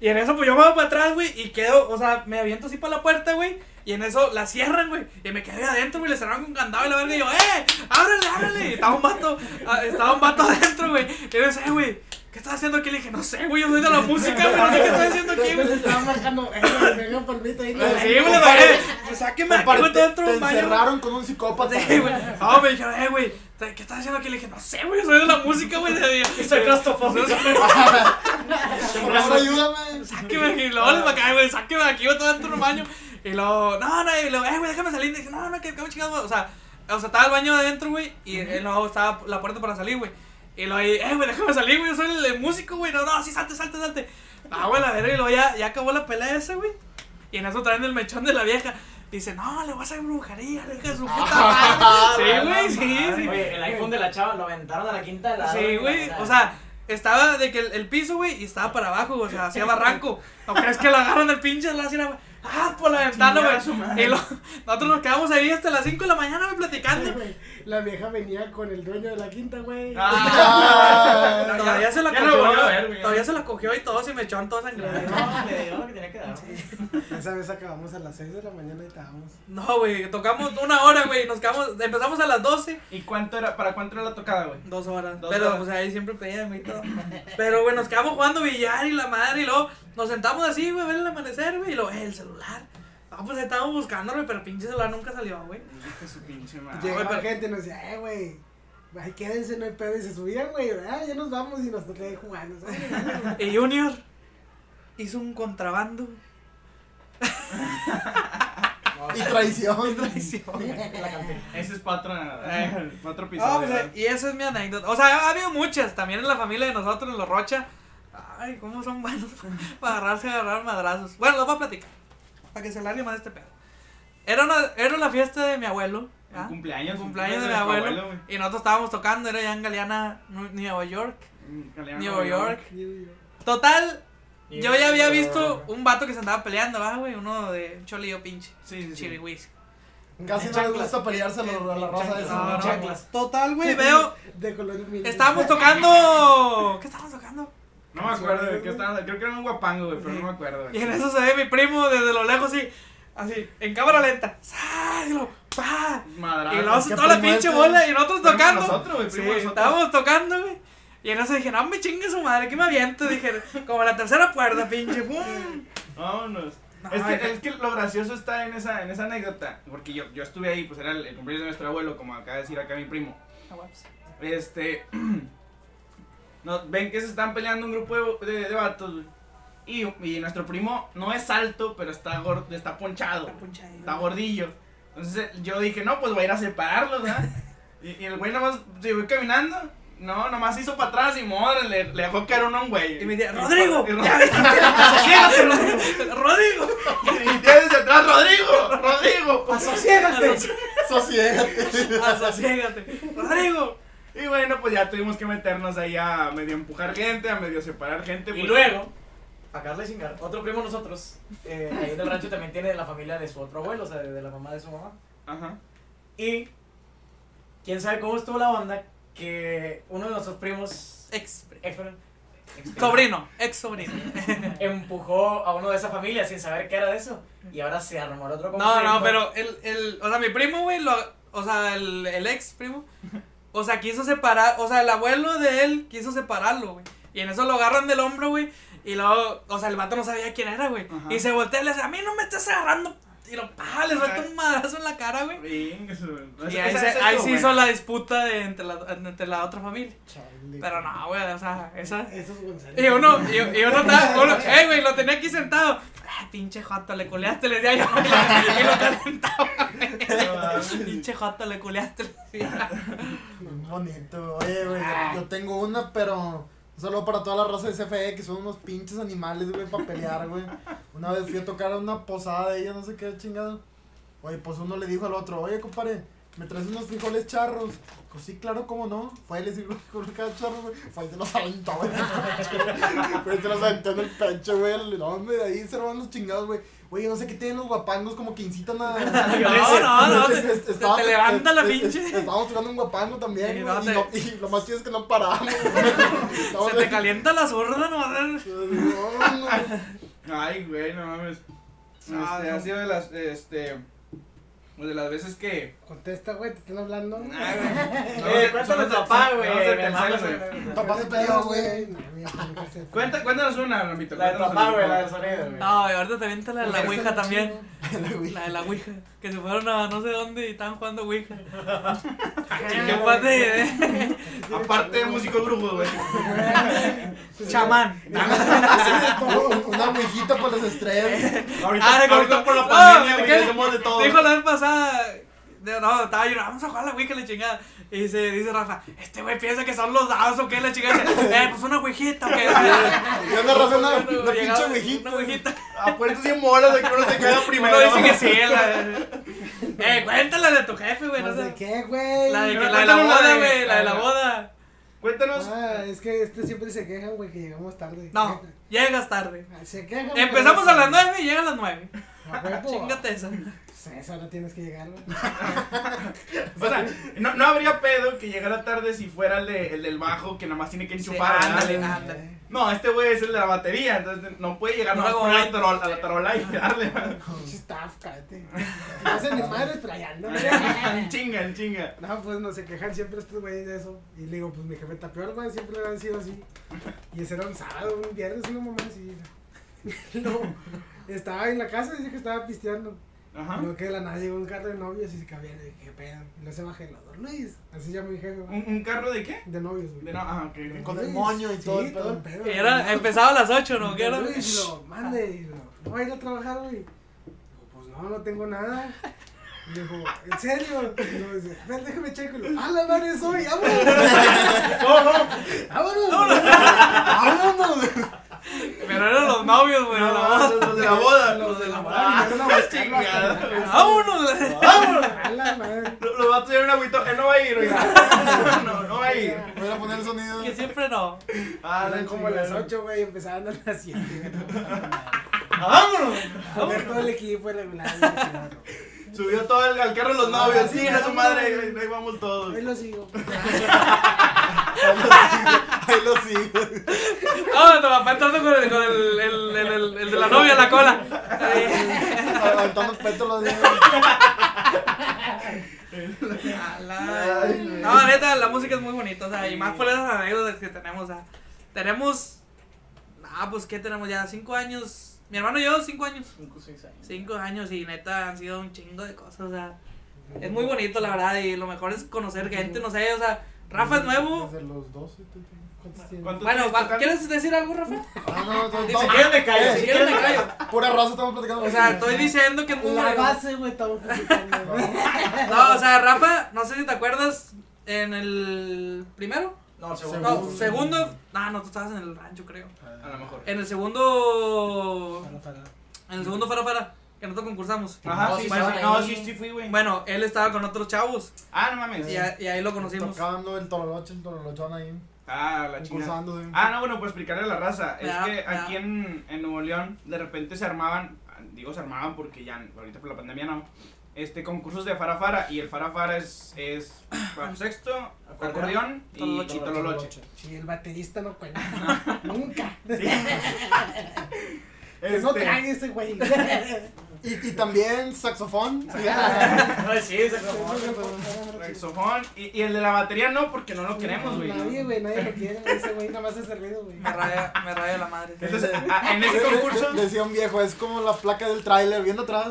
[SPEAKER 3] Y en eso, pues yo me voy para atrás, güey, y quedo, o sea, me aviento así para la puerta, güey. Y en eso la cierran, güey. Y me quedé adentro, güey. Le cerraron con candado y la verga. Y yo, ¡eh! ¡Ábrele, ábrele! Y estaba un vato, ah, estaba un vato adentro, güey. Y yo, eh, güey, ¿qué estás haciendo aquí? Le dije, no sé, güey, yo soy de la música, güey. No sé qué estoy haciendo aquí,
[SPEAKER 5] Después
[SPEAKER 3] güey.
[SPEAKER 5] estaban marcando, eh, güey, venga por mí, estoy ahí,
[SPEAKER 3] Sí,
[SPEAKER 5] güey.
[SPEAKER 3] güey, la verga. Pues sáqueme aquí,
[SPEAKER 2] Compadre,
[SPEAKER 3] güey,
[SPEAKER 2] te,
[SPEAKER 3] dentro
[SPEAKER 2] te
[SPEAKER 3] de un baño.
[SPEAKER 2] encerraron con un psicópata.
[SPEAKER 3] Sí, güey. Ah, me dijeron, eh, güey, ¿qué estás haciendo aquí? Le dije, no sé, güey, soy de la música, güey. Soy claustrofóbico.
[SPEAKER 2] Por favor, ayúdame.
[SPEAKER 3] Sáqueme aquí, luego les va a caer, güey, sáqueme aquí, güey, todo dentro de un baño. Y luego, no, no, y luego, eh, güey, déjame salir. Y dije, no, no, que que me chingado, o sea, o sea, estaba el baño adentro, güey, y eh, luego estaba la puerta para salir, güey. Y luego ahí, eh, güey, déjame salir, güey, yo soy el, el músico, güey, no, no, sí, salte, salte, salte. Ah, güey, la verga, y luego ya, ya acabó la pelea esa, güey. Y en eso traen el mechón de la vieja. Dice, no, le vas a hacer brujería, le dejas su puta madre. Sí, güey, sí, sí.
[SPEAKER 4] Oye, el iPhone de la chava lo aventaron a la quinta de la.
[SPEAKER 3] Sí, güey. O sea, estaba de que el, el piso, güey, y estaba para abajo, o sea, hacía barranco. No crees que lo agarran del pinche la era, Ah, por la ventana,
[SPEAKER 1] Chingar a
[SPEAKER 3] güey.
[SPEAKER 1] su madre.
[SPEAKER 3] Y lo- nosotros nos quedamos ahí hasta las 5 de la mañana, güey, platicando.
[SPEAKER 5] Güey, La vieja venía con el dueño de la quinta, güey.
[SPEAKER 1] Ah.
[SPEAKER 3] No, todavía se la
[SPEAKER 1] Ya lo
[SPEAKER 3] cogió.
[SPEAKER 1] volvió a ver, güey.
[SPEAKER 3] Todavía se la cogió y todo se me echó todo sangrado.
[SPEAKER 4] No, le dio lo que tenía que dar.
[SPEAKER 5] Esa vez acabamos a las 6 de la mañana y estábamos.
[SPEAKER 3] No, güey, tocamos una hora, güey, y nos quedamos, empezamos a las 12.
[SPEAKER 1] ¿Y cuánto era, para cuánto era la tocada, güey?
[SPEAKER 3] Dos horas.
[SPEAKER 1] Dos
[SPEAKER 3] pero,
[SPEAKER 1] horas.
[SPEAKER 3] pues ahí siempre pedían, güey, y todo. Pero, güey, nos quedamos jugando billar y la madre, y luego nos sentamos así, güey, a ver el amanecer, güey, y luego, eh, el celular. No, pues estábamos buscándolo, pero pinche celular nunca salió, güey.
[SPEAKER 1] Hijo de su pinche madre.
[SPEAKER 5] Llegaba
[SPEAKER 3] Ah, pero-
[SPEAKER 5] gente y nos decía, eh, güey. Ahí quédense, no hay pedo. Y se subían, güey. Ah, ya nos vamos y nos traen jugando. ¿sabes?
[SPEAKER 3] Y Junior hizo un contrabando
[SPEAKER 2] Y traición.
[SPEAKER 3] y traición.
[SPEAKER 4] La cantina.
[SPEAKER 1] Ese es para otra, para
[SPEAKER 3] No,
[SPEAKER 1] otro episodio.
[SPEAKER 3] pues, eh,
[SPEAKER 1] ¿verdad?
[SPEAKER 3] y esa es mi anécdota. O sea, ha habido muchas también en la familia de nosotros, en los Rocha. Ay, cómo son buenos para agarrarse, agarrar madrazos. Bueno, los voy a platicar. Para que se largue más este pedo. Era, una, era la fiesta de mi abuelo.
[SPEAKER 1] Un
[SPEAKER 3] ¿ah?
[SPEAKER 1] cumpleaños.
[SPEAKER 3] El cumpleaños de mi
[SPEAKER 1] Pues, tu
[SPEAKER 3] abuelo.
[SPEAKER 1] güey.
[SPEAKER 3] Y nosotros estábamos tocando, era ya en Galeana, Nu- Nueva York.
[SPEAKER 1] Mm, Galeano,
[SPEAKER 3] Nueva York.
[SPEAKER 5] Y yo,
[SPEAKER 3] Total, yo ya había visto un vato que se andaba peleando, ¿va, güey? Uno de un cholillo pinche.
[SPEAKER 1] Sí, sí, sí.
[SPEAKER 3] Chirihuis.
[SPEAKER 2] Casi no les gusta pelearse a la, a la raza
[SPEAKER 4] No, no,
[SPEAKER 2] esa.
[SPEAKER 4] no. chanclas.
[SPEAKER 3] Total, güey, veo.
[SPEAKER 5] De color humilde.
[SPEAKER 3] Estábamos tocando. ¿Qué estábamos tocando?
[SPEAKER 1] No me acuerdo de qué estaba. Creo que era un guapango, güey, pero
[SPEAKER 3] Sí.
[SPEAKER 1] no me acuerdo. güey.
[SPEAKER 3] Y en eso se ve mi primo desde lo lejos, así, así, en cámara lenta. ¡Sá! Y lo, ¡pa!
[SPEAKER 1] Madrazo.
[SPEAKER 3] Y luego hace
[SPEAKER 2] qué
[SPEAKER 3] toda la
[SPEAKER 2] primo
[SPEAKER 3] pinche
[SPEAKER 2] este.
[SPEAKER 3] bola y nosotros
[SPEAKER 1] Primo de
[SPEAKER 3] tocando.
[SPEAKER 1] nosotros, güey,
[SPEAKER 3] sí,
[SPEAKER 1] primo de nosotros.
[SPEAKER 3] estábamos tocando, güey. Y en eso dije, no me chingue su madre, que me aviento. Dije, como la tercera cuerda, pinche, ¡pum!
[SPEAKER 1] Vámonos.
[SPEAKER 3] No,
[SPEAKER 1] es,
[SPEAKER 3] acá.
[SPEAKER 1] que, es que lo gracioso está en esa, en esa anécdota. Porque yo, yo estuve ahí, pues era el, el cumpleaños de nuestro abuelo, como acaba de decir acá mi primo.
[SPEAKER 3] Ah, bueno, pues,
[SPEAKER 1] Este. no, ven que se están peleando un grupo de, de, de vatos, güey. Y, y nuestro primo no es alto, pero está, gor- está ponchado.
[SPEAKER 3] la puncha ahí,
[SPEAKER 1] Está
[SPEAKER 3] güey.
[SPEAKER 1] gordillo. Entonces eh, yo dije, no, pues voy a ir a separarlos, ¿verdad? Y, y el güey nomás siguió caminando. No, nomás hizo para atrás y madre, le, le dejó caer uno a un güey.
[SPEAKER 3] Y me decía,
[SPEAKER 1] pa-
[SPEAKER 3] Rodrigo,
[SPEAKER 1] y Rod-
[SPEAKER 3] ya ¡Sosiégate, Rodrigo! ¡Rodrigo!
[SPEAKER 1] Y tienes atrás, Rodrigo, Rodrigo.
[SPEAKER 5] ¡Asociégate!
[SPEAKER 2] Sosiégate.
[SPEAKER 3] Asociégate. ¡Rodrigo!
[SPEAKER 1] Y bueno, pues ya tuvimos que meternos ahí a medio empujar gente, a medio separar gente.
[SPEAKER 4] Y
[SPEAKER 1] pues,
[SPEAKER 4] luego, a Carla Chingar, otro primo de nosotros, eh, ahí en el rancho también tiene de la familia de su otro abuelo, o sea, de, de la mamá de su mamá.
[SPEAKER 1] Ajá.
[SPEAKER 4] Y quién sabe cómo estuvo la onda que uno de nuestros primos, eh,
[SPEAKER 3] Ex.
[SPEAKER 4] Efren, ex-
[SPEAKER 3] Sobrino, ex sobrino.
[SPEAKER 4] empujó a uno de esa familia sin saber qué era de eso. Y ahora se armó el otro
[SPEAKER 3] No,
[SPEAKER 4] conflicto.
[SPEAKER 3] no, pero el, el, o sea, mi primo, güey, lo, o sea, el, el ex primo, o sea, quiso separar, o sea, el abuelo de él quiso separarlo, güey. Y en eso lo agarran del hombro, güey, y luego, o sea, el vato no sabía quién era, güey.
[SPEAKER 1] Ajá.
[SPEAKER 3] Y se voltea y le dice, a mí no me estás agarrando. Y lo, pa, le suelta un madrazo en la cara, güey.
[SPEAKER 1] Bien, eso- no,
[SPEAKER 3] Y
[SPEAKER 1] esa-
[SPEAKER 3] ahí,
[SPEAKER 1] esa-
[SPEAKER 3] se,
[SPEAKER 1] esa
[SPEAKER 3] ahí
[SPEAKER 1] estuvo
[SPEAKER 3] se
[SPEAKER 1] buena.
[SPEAKER 3] hizo la disputa de entre, la, entre la otra familia.
[SPEAKER 5] Chale,
[SPEAKER 3] Pero
[SPEAKER 5] güey.
[SPEAKER 3] no, güey, o sea, esa...
[SPEAKER 5] Esos González.
[SPEAKER 3] Y uno, y, y uno estaba, uno, eh, güey, lo tenía aquí sentado. Ah, pinche joto, le culeaste, le decía yo. Y lo calentaba.
[SPEAKER 1] No mames.
[SPEAKER 3] Pinche joto, le culeaste. le decía.
[SPEAKER 2] Bonito. Oye, güey,
[SPEAKER 3] Ah.
[SPEAKER 2] yo- yo tengo una, pero. Un saludo para toda la raza de CFE, que son unos pinches animales, güey, para pelear, güey. Una vez fui a tocar a una posada de ella, no sé qué chingado. Oye, pues uno le dijo al otro, oye, compadre, ¿me traes unos frijoles charros? Pues sí, claro, cómo no. Fue y le sirvió los frijoles charros, güey. Fue y se los aventó, güey. en el pecho. Fue y se los aventó en el pecho, güey. No, hombre, de ahí se roban los chingados, güey. Oye, no sé qué tienen los guapangos, como que incitan a...
[SPEAKER 3] No, no, no.
[SPEAKER 2] Es-
[SPEAKER 3] Te,
[SPEAKER 2] es-
[SPEAKER 3] te-
[SPEAKER 2] estaba-
[SPEAKER 3] te levanta la
[SPEAKER 2] es- es-
[SPEAKER 3] pinche. Se
[SPEAKER 2] Estábamos tirando un guapango también.
[SPEAKER 3] Sí,
[SPEAKER 2] güey,
[SPEAKER 3] no,
[SPEAKER 2] y,
[SPEAKER 3] te-
[SPEAKER 2] no- y lo más chido es que no paramos. güey. Estábamos
[SPEAKER 3] te
[SPEAKER 2] de-
[SPEAKER 3] calienta la zurda, no.
[SPEAKER 2] No, no.
[SPEAKER 1] Ay, güey, no mames.
[SPEAKER 3] Ah,
[SPEAKER 1] Este,
[SPEAKER 3] no.
[SPEAKER 1] ha sido de las, este, pues de las veces que...
[SPEAKER 5] Contesta, güey, te están hablando.
[SPEAKER 1] Nah, güey. No, somos
[SPEAKER 4] Eh, cuéntanos
[SPEAKER 1] de-
[SPEAKER 4] tu papá,
[SPEAKER 1] somos
[SPEAKER 4] güey.
[SPEAKER 1] de
[SPEAKER 4] mi
[SPEAKER 1] terceros,
[SPEAKER 4] mamá,
[SPEAKER 1] güey.
[SPEAKER 4] güey.
[SPEAKER 2] Papá se peleó, güey.
[SPEAKER 5] No, mira, nunca se-
[SPEAKER 1] Cuenta, cuéntanos una, Ramito.
[SPEAKER 4] La de
[SPEAKER 1] cuéntanos
[SPEAKER 4] papá,
[SPEAKER 1] una.
[SPEAKER 4] güey, la del sonido, güey.
[SPEAKER 3] No, y ahorita te avienta la de la
[SPEAKER 5] Esa
[SPEAKER 3] Ouija
[SPEAKER 5] es
[SPEAKER 3] también.
[SPEAKER 5] chido.
[SPEAKER 3] La de la Ouija. Que se fueron a no sé dónde y estaban jugando Ouija.
[SPEAKER 5] Ah,
[SPEAKER 1] Chinga,
[SPEAKER 3] Qué padre, ¿eh?
[SPEAKER 1] Aparte de músico brujo, güey.
[SPEAKER 3] Chamán.
[SPEAKER 2] Una muejita por los estrellas.
[SPEAKER 1] Ahorita,
[SPEAKER 3] Ah,
[SPEAKER 1] ahorita
[SPEAKER 3] como-
[SPEAKER 1] por la
[SPEAKER 3] no,
[SPEAKER 1] pandemia, güey,
[SPEAKER 3] ¿qué?
[SPEAKER 1] ya somos de todo.
[SPEAKER 3] Dijo la vez pasada. de- No, estaba yo, vamos a jugar a la Ouija, la chingada. Y dice, dice Rafa, este güey piensa que son los dados o qué, la chingada. Dice, Eh, pues una Ouijita, o qué.
[SPEAKER 2] Y una razón, una,
[SPEAKER 3] Bueno,
[SPEAKER 2] una pinche
[SPEAKER 3] llegaba
[SPEAKER 2] viejita.
[SPEAKER 3] Una Ouijita.
[SPEAKER 1] A puertas 100 bolas de que uno se caiga primero.
[SPEAKER 3] Uno dice que sí, la. Eh, cuéntala de tu jefe, güey. No
[SPEAKER 5] No sé
[SPEAKER 3] sé.
[SPEAKER 5] qué, güey.
[SPEAKER 3] La de, que-
[SPEAKER 1] Pero
[SPEAKER 3] la de la
[SPEAKER 1] cuéntanos la
[SPEAKER 3] boda,
[SPEAKER 1] de-
[SPEAKER 3] güey, la de la
[SPEAKER 1] la-
[SPEAKER 3] boda.
[SPEAKER 1] Cuéntanos.
[SPEAKER 5] Ah, es que este siempre se quejan, güey, que llegamos tarde. Ah,
[SPEAKER 3] No, llegas tarde.
[SPEAKER 5] Se quejan. güey.
[SPEAKER 3] Empezamos a las 9 y llega a las 9.
[SPEAKER 5] A huevo.
[SPEAKER 3] Chingate esa.
[SPEAKER 5] Pues a esa hora tienes que llegar, güey.
[SPEAKER 1] O sea, no, no habría pedo que llegara tarde si fuera el, de- el del bajo que nada más tiene que
[SPEAKER 3] Sí,
[SPEAKER 1] enchufar. ¿verdad?
[SPEAKER 3] Ándale, ándale.
[SPEAKER 5] Eh,
[SPEAKER 1] No, este güey es el de la batería, entonces no puede llegar nomás
[SPEAKER 3] No,
[SPEAKER 1] con la
[SPEAKER 3] güey.
[SPEAKER 1] tarola, a la tarola y darle. ¿verdad?
[SPEAKER 5] Pinche staff, cállate. No hacen ni madres trayando, güey.
[SPEAKER 1] En chinga, en chinga.
[SPEAKER 5] No, pues no se quejan siempre estos güeyes de eso. Y le digo, pues mi jefe está peor, güey, siempre han sido así. Y ese era un sábado, un viernes, una mamá así. No, estaba en la casa y dice que estaba pisteando.
[SPEAKER 1] Ajá.
[SPEAKER 5] Luego que de la nada llegó un carro de novios y se cabían. Y dije, qué pedo. Y luego se bajé los dos Luis. Así llama mi jefe. va.
[SPEAKER 1] ¿Un, un carro de qué?
[SPEAKER 5] De novios, güey.
[SPEAKER 1] De no, ah, ok, ok.
[SPEAKER 2] Con el
[SPEAKER 5] Luis,
[SPEAKER 2] moño y
[SPEAKER 5] sí,
[SPEAKER 2] todo el pedo.
[SPEAKER 5] pedo.
[SPEAKER 3] Era,
[SPEAKER 5] güey.
[SPEAKER 3] empezaba a las 8, ¿no? ¿Qué era?
[SPEAKER 5] Luis, y lo mande. Y lo, no va a ir a trabajar, güey. Digo, pues no, no tengo nada. Y Dijo, ¿en serio? Y luego dice, "Ven, déjame checo. Y lo, ¡ah, la madre soy! ¡Vámonos! ¡Vámonos! ¡Vámonos!
[SPEAKER 3] Pero eran los novios, güey. la
[SPEAKER 2] No,
[SPEAKER 3] boda.
[SPEAKER 2] los- los de la boda.
[SPEAKER 5] Los de la
[SPEAKER 1] Ah,
[SPEAKER 5] boda. vinieron a buscarlo hasta la
[SPEAKER 1] chingada.
[SPEAKER 5] casa.
[SPEAKER 3] ¡Vámonos! güey.
[SPEAKER 5] ¡A la madre!
[SPEAKER 1] Lo, lo va a traer un agüito. Él no va a ir, oiga. No, no va a ir.
[SPEAKER 2] Voy a poner el sonido.
[SPEAKER 3] Que siempre no.
[SPEAKER 1] Ah,
[SPEAKER 5] Eran
[SPEAKER 1] la
[SPEAKER 5] como las
[SPEAKER 1] chingada.
[SPEAKER 5] 8, güey, empezaban a las 7.
[SPEAKER 1] Ah, ¡Vámonos!
[SPEAKER 5] A ver, todo el equipo regular. y la chingada.
[SPEAKER 1] Subió todo el, al carro de los novios. Sí, a su madre. ahí- Ahí vamos todos.
[SPEAKER 5] Ahí lo sigo.
[SPEAKER 2] Ahí lo sigo.
[SPEAKER 3] Ah, te va entrando con el, con el, el, el, el, el de la novia en la cola. Eh,
[SPEAKER 2] Aventando el peto los dedos.
[SPEAKER 3] a la- No, neta, la música es muy bonita, o sea, y más por esas anécdotas que tenemos, o sea, tenemos, ah, pues, ¿qué tenemos ya? Cinco años, mi hermano y yo, cinco años,
[SPEAKER 4] Cinco, seis años.
[SPEAKER 3] cinco años, y neta, han sido un chingo de cosas, o sea, es muy bonito, la verdad, y lo mejor es conocer gente, no sé, o sea, Rafa es nuevo,
[SPEAKER 2] Desde los 12. te- te- ¿Cuántos tienes?
[SPEAKER 1] ¿Cuánto
[SPEAKER 3] bueno,
[SPEAKER 1] tienes
[SPEAKER 3] va-
[SPEAKER 1] total?
[SPEAKER 3] ¿quieres decir algo, Rafa?
[SPEAKER 2] Ah, no, no,
[SPEAKER 3] Dice,
[SPEAKER 2] no.
[SPEAKER 4] quieren me callo,
[SPEAKER 2] Eh,
[SPEAKER 3] Si quieres me callo,
[SPEAKER 2] Pura raza estamos platicando.
[SPEAKER 3] o sea, estoy diciendo que es muy
[SPEAKER 5] La
[SPEAKER 3] bonito.
[SPEAKER 5] base, güey, estamos platicando.
[SPEAKER 3] No, o sea, Rafa, no sé si te acuerdas en el primero.
[SPEAKER 4] No, segundo.
[SPEAKER 3] No,
[SPEAKER 2] Segundo.
[SPEAKER 3] segundo. Ah, no, tú estabas en el rancho, creo.
[SPEAKER 1] A lo mejor.
[SPEAKER 3] En el segundo. En el segundo Fara Fara, que nosotros concursamos.
[SPEAKER 1] Ajá,
[SPEAKER 4] No,
[SPEAKER 1] sí,
[SPEAKER 4] sí,
[SPEAKER 1] sí,
[SPEAKER 4] estaban
[SPEAKER 1] sí. No,
[SPEAKER 4] ahí.
[SPEAKER 1] sí, sí fui, güey.
[SPEAKER 3] Bueno, él estaba con otros chavos
[SPEAKER 1] Ah, no mames.
[SPEAKER 3] y, a- y ahí lo conocimos.
[SPEAKER 2] Tocando el torolocho, el torolochón ahí.
[SPEAKER 1] Ah, la chingada.
[SPEAKER 2] Concursando. sí.
[SPEAKER 1] Ah, no, bueno, pues explicarle a la raza. Es
[SPEAKER 3] Ya,
[SPEAKER 1] que
[SPEAKER 3] ya.
[SPEAKER 1] aquí en, en Nuevo León, de repente se armaban, digo se armaban porque ya ahorita por la pandemia no, este concursos de farafara. Y el farafara es, es bajo sexto, acordeón y
[SPEAKER 3] Tololoche.
[SPEAKER 1] chitololoche.
[SPEAKER 5] Sí, el baterista no cuenta. Nunca. Que No
[SPEAKER 1] Este,
[SPEAKER 5] trague ese güey. Pero
[SPEAKER 2] Y, y también saxofón.
[SPEAKER 4] No, sí, esa
[SPEAKER 1] saxofón. Y, y el de la batería no, porque no lo queremos, güey.
[SPEAKER 5] Nadie, pues, güey, nadie lo quiere. Ese güey nada más hace ruido, güey.
[SPEAKER 3] Me raya, me raya la madre.
[SPEAKER 1] Entonces, a- en ese concurso,
[SPEAKER 2] Decía un viejo, es como la placa del tráiler, viendo atrás.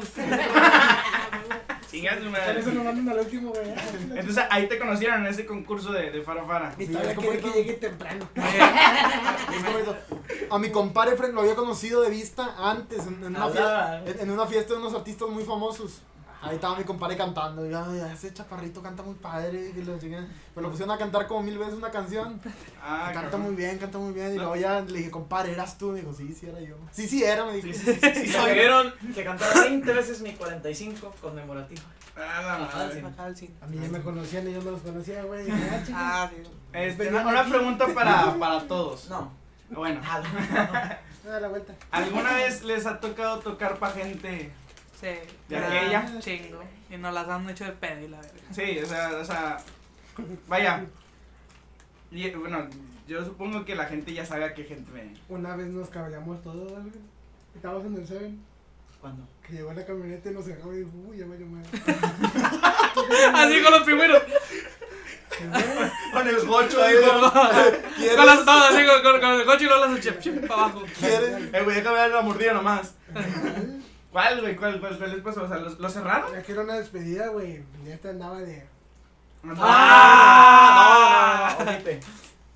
[SPEAKER 1] chingas,
[SPEAKER 5] Por eso
[SPEAKER 1] madre.
[SPEAKER 5] no mandan al último, güey.
[SPEAKER 1] entonces ahí te conocieron en ese concurso de, de farafara.
[SPEAKER 5] Y
[SPEAKER 2] Sí,
[SPEAKER 5] todavía
[SPEAKER 2] es
[SPEAKER 5] quiere que
[SPEAKER 2] complicado.
[SPEAKER 5] llegue temprano.
[SPEAKER 3] Oye,
[SPEAKER 2] Es correcto. A mi compadre Frank lo había conocido de vista antes, en, en una,
[SPEAKER 4] Hablaba.
[SPEAKER 2] fiesta, en, en una fiesta de unos artistas muy famosos. Ahí estaba mi compadre cantando. Y, "Ay, ese chaparrito canta muy padre. que la chingada. Me lo pusieron a cantar como mil veces una canción.
[SPEAKER 1] Ah,
[SPEAKER 2] canta
[SPEAKER 1] cabrón.
[SPEAKER 2] muy bien, canta muy bien. Y
[SPEAKER 1] No.
[SPEAKER 2] luego ya le dije, compadre, ¿eras tú? Me dijo, sí, sí, era yo. Sí, sí, era, me dijo.
[SPEAKER 1] Sí, sí, sí, sí,
[SPEAKER 4] Y
[SPEAKER 1] soy.
[SPEAKER 4] me vieron que cantaba 20 veces mi 45 conmemorativo.
[SPEAKER 1] Ah, la madre.
[SPEAKER 3] acá al cine.
[SPEAKER 5] A mí ya me conocían y yo no los conocía, güey.
[SPEAKER 3] Ah, sí.
[SPEAKER 1] Este, una, una pregunta para, para todos.
[SPEAKER 4] No,
[SPEAKER 1] Bueno,
[SPEAKER 4] nada.
[SPEAKER 5] Me da Ah, la vuelta.
[SPEAKER 1] ¿alguna vez les ha tocado tocar para gente?
[SPEAKER 3] Sí.
[SPEAKER 1] ¿De
[SPEAKER 3] Ah,
[SPEAKER 1] aquella?
[SPEAKER 3] Chingo. Y nos las han hecho de pedo y la verga.
[SPEAKER 1] Sí, o sea, o sea, vaya. Y, bueno, yo supongo que la gente ya sabe a qué gente me...
[SPEAKER 5] Una vez nos caballamos todos, güey. Estábamos en el Seven.
[SPEAKER 4] ¿Cuándo?
[SPEAKER 5] Que llegó la camioneta y nos agarró y dijo, uy, ya valió madre.
[SPEAKER 3] Así con los primeros.
[SPEAKER 2] Con el gocho ahí.
[SPEAKER 3] Con
[SPEAKER 2] ¿Quieres?
[SPEAKER 3] las todas, así con, con- con el coche y luego las chip chip para abajo.
[SPEAKER 2] ¿Quieres?
[SPEAKER 1] Eh, güey, déjame dar la mordida nomás. ¿Cuál, güey? ¿Cuál, cuál, cuál les pasó? O sea, ¿los, los cerraron?
[SPEAKER 5] Ya que era una despedida, güey. Ya te andaba de.
[SPEAKER 4] Ah, no, no, no, omite.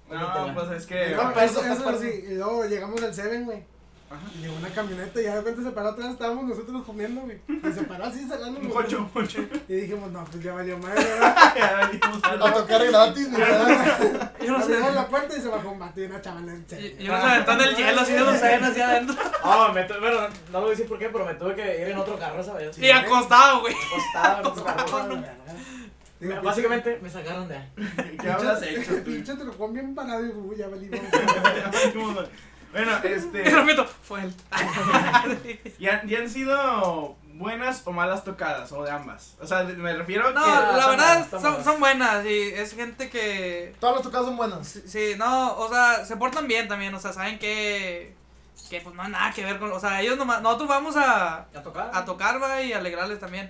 [SPEAKER 1] No, pues es que...
[SPEAKER 5] No,
[SPEAKER 2] pero
[SPEAKER 5] eso,
[SPEAKER 2] eso está
[SPEAKER 5] eso sí. Y luego llegamos al Seven, güey.
[SPEAKER 1] Ajá.
[SPEAKER 5] Y llegó una camioneta y ya de repente se paró atrás. Estábamos nosotros comiendo, güey. Y se paró así, sacando
[SPEAKER 1] Un cocho, un cocho.
[SPEAKER 5] Y dijimos, no, pues ya valió madre, ¿verdad?
[SPEAKER 1] Ya venimos a
[SPEAKER 2] A tocar gratis, ni nada.
[SPEAKER 3] Yo no sé.
[SPEAKER 5] Abrieron la puerta y se bajó un vato y una chavala en
[SPEAKER 3] Y-
[SPEAKER 5] Seven.
[SPEAKER 3] Y unos aventando el hielo así de los senos así adentro.
[SPEAKER 4] Ah, me tu- bueno, no lo voy a decir por qué, pero me tuve que ir en otro carro esa vez.
[SPEAKER 3] Y acostado, güey.
[SPEAKER 4] Acostado en otro carro.
[SPEAKER 5] Digo,
[SPEAKER 4] Me- Básicamente me sacaron de ahí.
[SPEAKER 1] ¿Qué habrás hecho,
[SPEAKER 5] pinche-
[SPEAKER 1] tú?
[SPEAKER 5] Pinche trocón bien parado y dijo, uy, ya valí madre.
[SPEAKER 1] Bueno,
[SPEAKER 3] Y
[SPEAKER 1] este...
[SPEAKER 3] repito, fue él.
[SPEAKER 1] ¿Y han, y han sido buenas o malas tocadas? O de ambas. O sea, de- me refiero a
[SPEAKER 3] No,
[SPEAKER 1] que.
[SPEAKER 3] la
[SPEAKER 4] son
[SPEAKER 3] verdad
[SPEAKER 4] buenas, son
[SPEAKER 3] son,
[SPEAKER 4] buenas.
[SPEAKER 3] son buenas y es gente que...
[SPEAKER 2] Todas las tocadas son buenas.
[SPEAKER 3] Sí, sí, no, o sea, se portan bien también, o sea, saben que... Que pues no hay nada que ver con... O sea, ellos nomás... Nosotros vamos a,
[SPEAKER 4] ¿A tocar?
[SPEAKER 3] a tocar, va, y alegrarles también.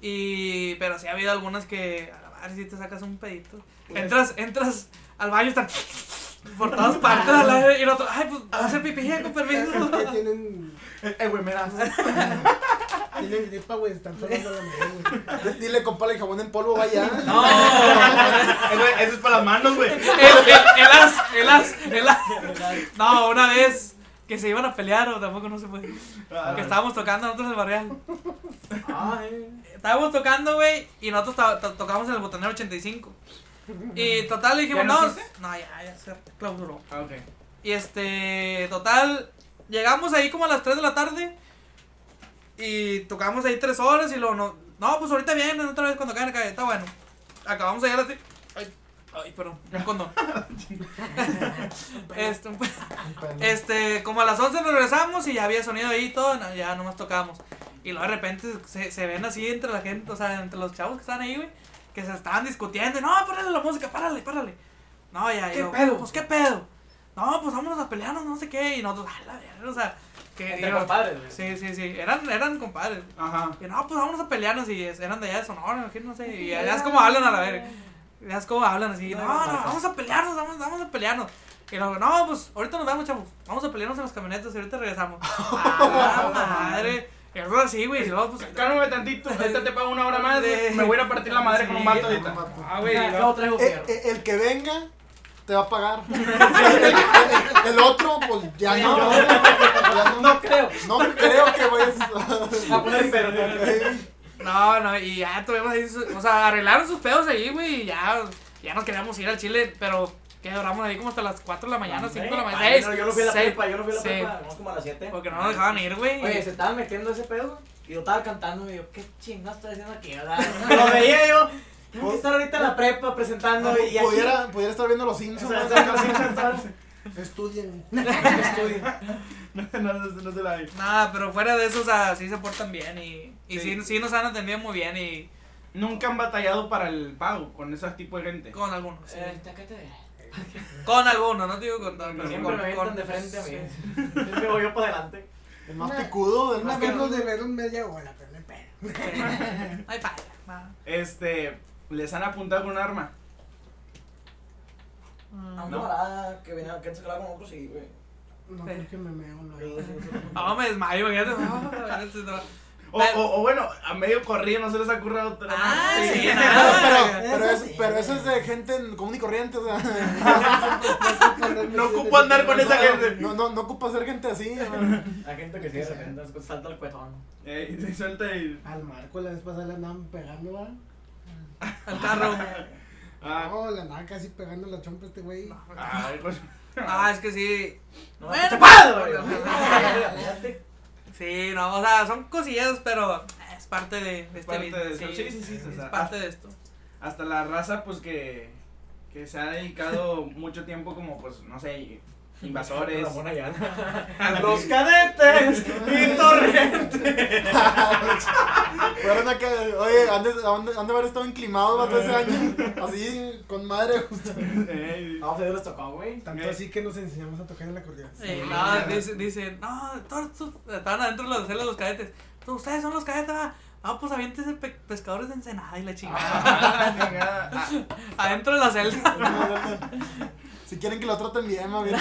[SPEAKER 3] Y... Pero sí ha
[SPEAKER 4] Pues.
[SPEAKER 3] habido algunas que... A la madre, si te sacas un pedito. Entras, entras al baño, están... por todas partes a la vez, y nosotros, ay, pues va a hacer pipí, ya, con permiso.
[SPEAKER 5] Ya tienen.
[SPEAKER 1] Eh, güey, mira.
[SPEAKER 5] Tienen gripa, güey. Están tomando la mano, güey.
[SPEAKER 2] Dile, compa, el jabón en polvo, vaya.
[SPEAKER 3] No,
[SPEAKER 1] Eh, güey, eso es para las manos, güey.
[SPEAKER 3] el, el, el as, el as, el as. No, una vez que se iban a pelear, o tampoco no se puede.
[SPEAKER 1] Ah,
[SPEAKER 3] Que estábamos tocando nosotros en el barrial.
[SPEAKER 4] Ay.
[SPEAKER 3] Estábamos tocando, güey, y nosotros ta- ta- tocamos en el botanero 85. Y total, le dijimos,
[SPEAKER 1] ¿Ya no
[SPEAKER 3] no,
[SPEAKER 1] existe?
[SPEAKER 3] no, ya, ya se clausuró.
[SPEAKER 1] Ah, ok.
[SPEAKER 3] Y este, total, llegamos ahí como a las 3 de la tarde y tocamos ahí 3 horas y luego no, no, pues ahorita vienen otra vez cuando caigan acá, está bueno. Acabamos allá a las 3. Ay, ay, perdón, un condón. este, un- este, como a las 11 regresamos y ya había sonido ahí y todo, no, ya nomás tocábamos. Y luego de repente se, se ven así entre la gente, o sea, entre los chavos que están ahí, güey, que se estaban discutiendo. y, No, párale la música, párale, párale. No, ya,
[SPEAKER 5] ¿Qué
[SPEAKER 3] yo,
[SPEAKER 5] pedo?
[SPEAKER 3] Pues qué pedo. No, pues vámonos a pelearnos, no sé qué. Y nosotros, a la verga, o sea, que.
[SPEAKER 4] Entre
[SPEAKER 3] digo,
[SPEAKER 4] compadres, güey.
[SPEAKER 3] Sí, sí, sí, eran, eran compadres.
[SPEAKER 1] Ajá.
[SPEAKER 3] Y no, pues vámonos a pelearnos y es- eran de allá de Sonora, me imagino, no sé. Y ya ya es como hablan a la verga. Ya es como hablan así. No, no, vamos a pelearnos, vamos, vamos a pelearnos. Y luego, no, pues ahorita nos vemos, chavos. Vamos a pelearnos en las camionetas y ahorita regresamos. ¡Ah, madre! Y nosotros así, güey. Y luego, pues.
[SPEAKER 1] Cálmame tantito, ahorita te pago una hora más. güey. Me voy a ir a partir la madre con un vato
[SPEAKER 2] Sí,
[SPEAKER 1] ahorita.
[SPEAKER 2] con un vato.
[SPEAKER 1] Ah, güey.
[SPEAKER 4] No,
[SPEAKER 1] no.
[SPEAKER 4] traigo
[SPEAKER 2] Eh,
[SPEAKER 4] fierro.
[SPEAKER 2] eh, el que venga te va a pagar. El, el- el otro, pues ya no. Ya no,
[SPEAKER 4] No creo.
[SPEAKER 2] no creo que vayas
[SPEAKER 4] Va a poner fierro.
[SPEAKER 3] No, no, y ya tuvimos ahí. su- O sea, arreglaron sus pedos ahí, güey. Y ya, ya nos queríamos ir al Chile, pero. Que duramos ahí como hasta las 4 de la mañana, 5 de la mañana.
[SPEAKER 4] Ay, no, Yo no fui a la
[SPEAKER 3] seis,
[SPEAKER 4] prepa, yo no fui a la
[SPEAKER 3] seis,
[SPEAKER 4] prepa. Vamos como a las 7.
[SPEAKER 3] Porque no nos dejaban ir, güey.
[SPEAKER 4] Oye, se estaba metiendo ese pedo y yo estaba cantando y yo, ¿qué chingados estoy haciendo aquí? verdad? Lo veía yo, tengo que estar ahorita en la prepa presentando y aquí.
[SPEAKER 2] pudiera, pudiera estar viendo los
[SPEAKER 4] O
[SPEAKER 2] Simpsons.
[SPEAKER 4] sea,
[SPEAKER 2] ¿no?
[SPEAKER 4] o sea, no, sí, cantar.
[SPEAKER 2] Estudien.
[SPEAKER 1] No, no, no, no se la vi.
[SPEAKER 3] Nada, pero fuera de eso, o sea, sí se portan bien y, y sí.
[SPEAKER 1] Sí.
[SPEAKER 3] sí nos han atendido muy bien y
[SPEAKER 1] Nunca han batallado para el pago con ese tipo de gente.
[SPEAKER 3] con algunos, sí.
[SPEAKER 4] Eh, tácate.
[SPEAKER 3] Con algunos, no te digo con todos, pero
[SPEAKER 1] Siempre
[SPEAKER 4] Siempre
[SPEAKER 3] con,
[SPEAKER 4] me avientan
[SPEAKER 3] con-
[SPEAKER 4] de frente a mí.
[SPEAKER 3] sí.
[SPEAKER 4] Siempre voy yo para adelante.
[SPEAKER 2] El más picudo, el
[SPEAKER 5] Una
[SPEAKER 2] más
[SPEAKER 5] vez
[SPEAKER 2] picudo.
[SPEAKER 5] nos debieron media hora, pero no hay pedo.
[SPEAKER 3] No hay falla, va.
[SPEAKER 1] Este, les han apuntado con un arma.
[SPEAKER 4] A
[SPEAKER 3] Mm.
[SPEAKER 4] una morada que venía, que se quedaba con otros y, güey.
[SPEAKER 5] No, porque me meo, lo
[SPEAKER 4] yo-
[SPEAKER 5] digo.
[SPEAKER 3] No, me desmayo, imagínate. no.
[SPEAKER 1] O, o, o bueno, a medio corrido, no se les ha ocurrido otra.
[SPEAKER 3] Ah,
[SPEAKER 1] Sí.
[SPEAKER 3] sí,
[SPEAKER 2] Pero,
[SPEAKER 3] nada.
[SPEAKER 2] pero, pero,
[SPEAKER 5] Eso
[SPEAKER 2] es,
[SPEAKER 5] sí.
[SPEAKER 2] pero eso es de gente común y corriente. O sea,
[SPEAKER 1] No ocupo andar con esa gente.
[SPEAKER 2] no, no, no ocupa ser gente así. ¿no?
[SPEAKER 4] La gente que sí de repente salta el cuetón.
[SPEAKER 1] Eh, se suelta y.
[SPEAKER 5] Al Marco la vez pasada le andaban pegando, va.
[SPEAKER 3] Al carro.
[SPEAKER 1] Ah,
[SPEAKER 5] No, le andaban casi pegando la chompa a este güey.
[SPEAKER 1] ay, pues,
[SPEAKER 3] Ah, es que sí.
[SPEAKER 4] No,
[SPEAKER 3] Bueno.
[SPEAKER 4] chapado, güey.
[SPEAKER 3] Sí, no, o sea, son cosillas, pero es parte de, de este
[SPEAKER 1] parte
[SPEAKER 3] business,
[SPEAKER 1] de eso. Sí, sí, sí. o
[SPEAKER 3] Es
[SPEAKER 1] sea, ah,
[SPEAKER 3] parte de esto.
[SPEAKER 1] hasta la raza pues que, que se ha dedicado mucho tiempo como pues no sé invasores
[SPEAKER 4] Ramón Ayala.
[SPEAKER 1] los cadetes y torrente
[SPEAKER 2] Fueron acá, oye, han de, han de- han de haber estado inclimados vato, ese año. Así, con madre. justo.
[SPEAKER 1] Ey,
[SPEAKER 4] No, se les tocó, güey.
[SPEAKER 5] Tanto así que nos enseñamos a tocar el acordeón.
[SPEAKER 3] Sí, no, dice- dicen, no, todos estos- estaban adentro de la celda los cadetes. Todos ustedes son los cadetes, ah, ah, pues avientes de pescadores de ensenada y la chingada.
[SPEAKER 1] ah, chingada. Ah,
[SPEAKER 3] Adentro de la celda.
[SPEAKER 2] Si quieren que lo traten bien, mami. Si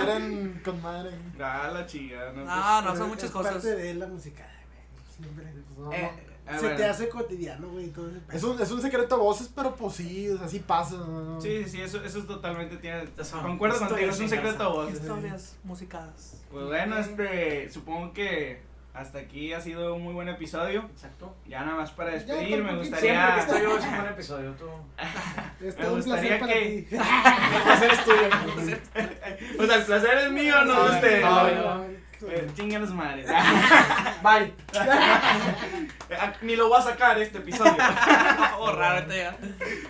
[SPEAKER 2] quieren, con madre.
[SPEAKER 1] ah, la chingada no,
[SPEAKER 3] No, no,
[SPEAKER 5] Pero
[SPEAKER 3] son muchas
[SPEAKER 5] es
[SPEAKER 3] cosas.
[SPEAKER 5] parte de la música, güey. Siempre. pues, no,
[SPEAKER 2] Eh,
[SPEAKER 5] no.
[SPEAKER 1] ah,
[SPEAKER 5] Se te
[SPEAKER 1] bueno.
[SPEAKER 5] hace cotidiano, güey. Todo ese
[SPEAKER 2] Es un, es un secreto a voces, pero pues sí, o sea, sí pasa. ¿no?
[SPEAKER 1] pues, sí sí eso eso es totalmente tiene
[SPEAKER 4] Eso.
[SPEAKER 1] concuerdo
[SPEAKER 4] Estoy
[SPEAKER 1] contigo es un
[SPEAKER 4] en
[SPEAKER 1] secreto a voces
[SPEAKER 3] Historias musicadas.
[SPEAKER 1] pues bueno este supongo que hasta aquí ha sido un muy buen episodio
[SPEAKER 4] Exacto.
[SPEAKER 1] ya nada más para
[SPEAKER 5] Ya,
[SPEAKER 1] despedir me
[SPEAKER 5] tampoco-
[SPEAKER 4] Siempre que
[SPEAKER 1] gustaría
[SPEAKER 4] estoy yo es un buen episodio, tú.
[SPEAKER 5] Es
[SPEAKER 1] Me
[SPEAKER 5] todo un
[SPEAKER 1] gustaría
[SPEAKER 5] placer para
[SPEAKER 1] que-
[SPEAKER 5] ti.
[SPEAKER 4] El placer es tuyo.
[SPEAKER 1] o sea el placer es mío no de
[SPEAKER 5] este,
[SPEAKER 1] ustedes
[SPEAKER 4] no,
[SPEAKER 1] Eh, Chingan los madres
[SPEAKER 4] Bye.
[SPEAKER 1] Ah, Ni lo voy a sacar este episodio.
[SPEAKER 3] Borrar, Oh, ahorita ya.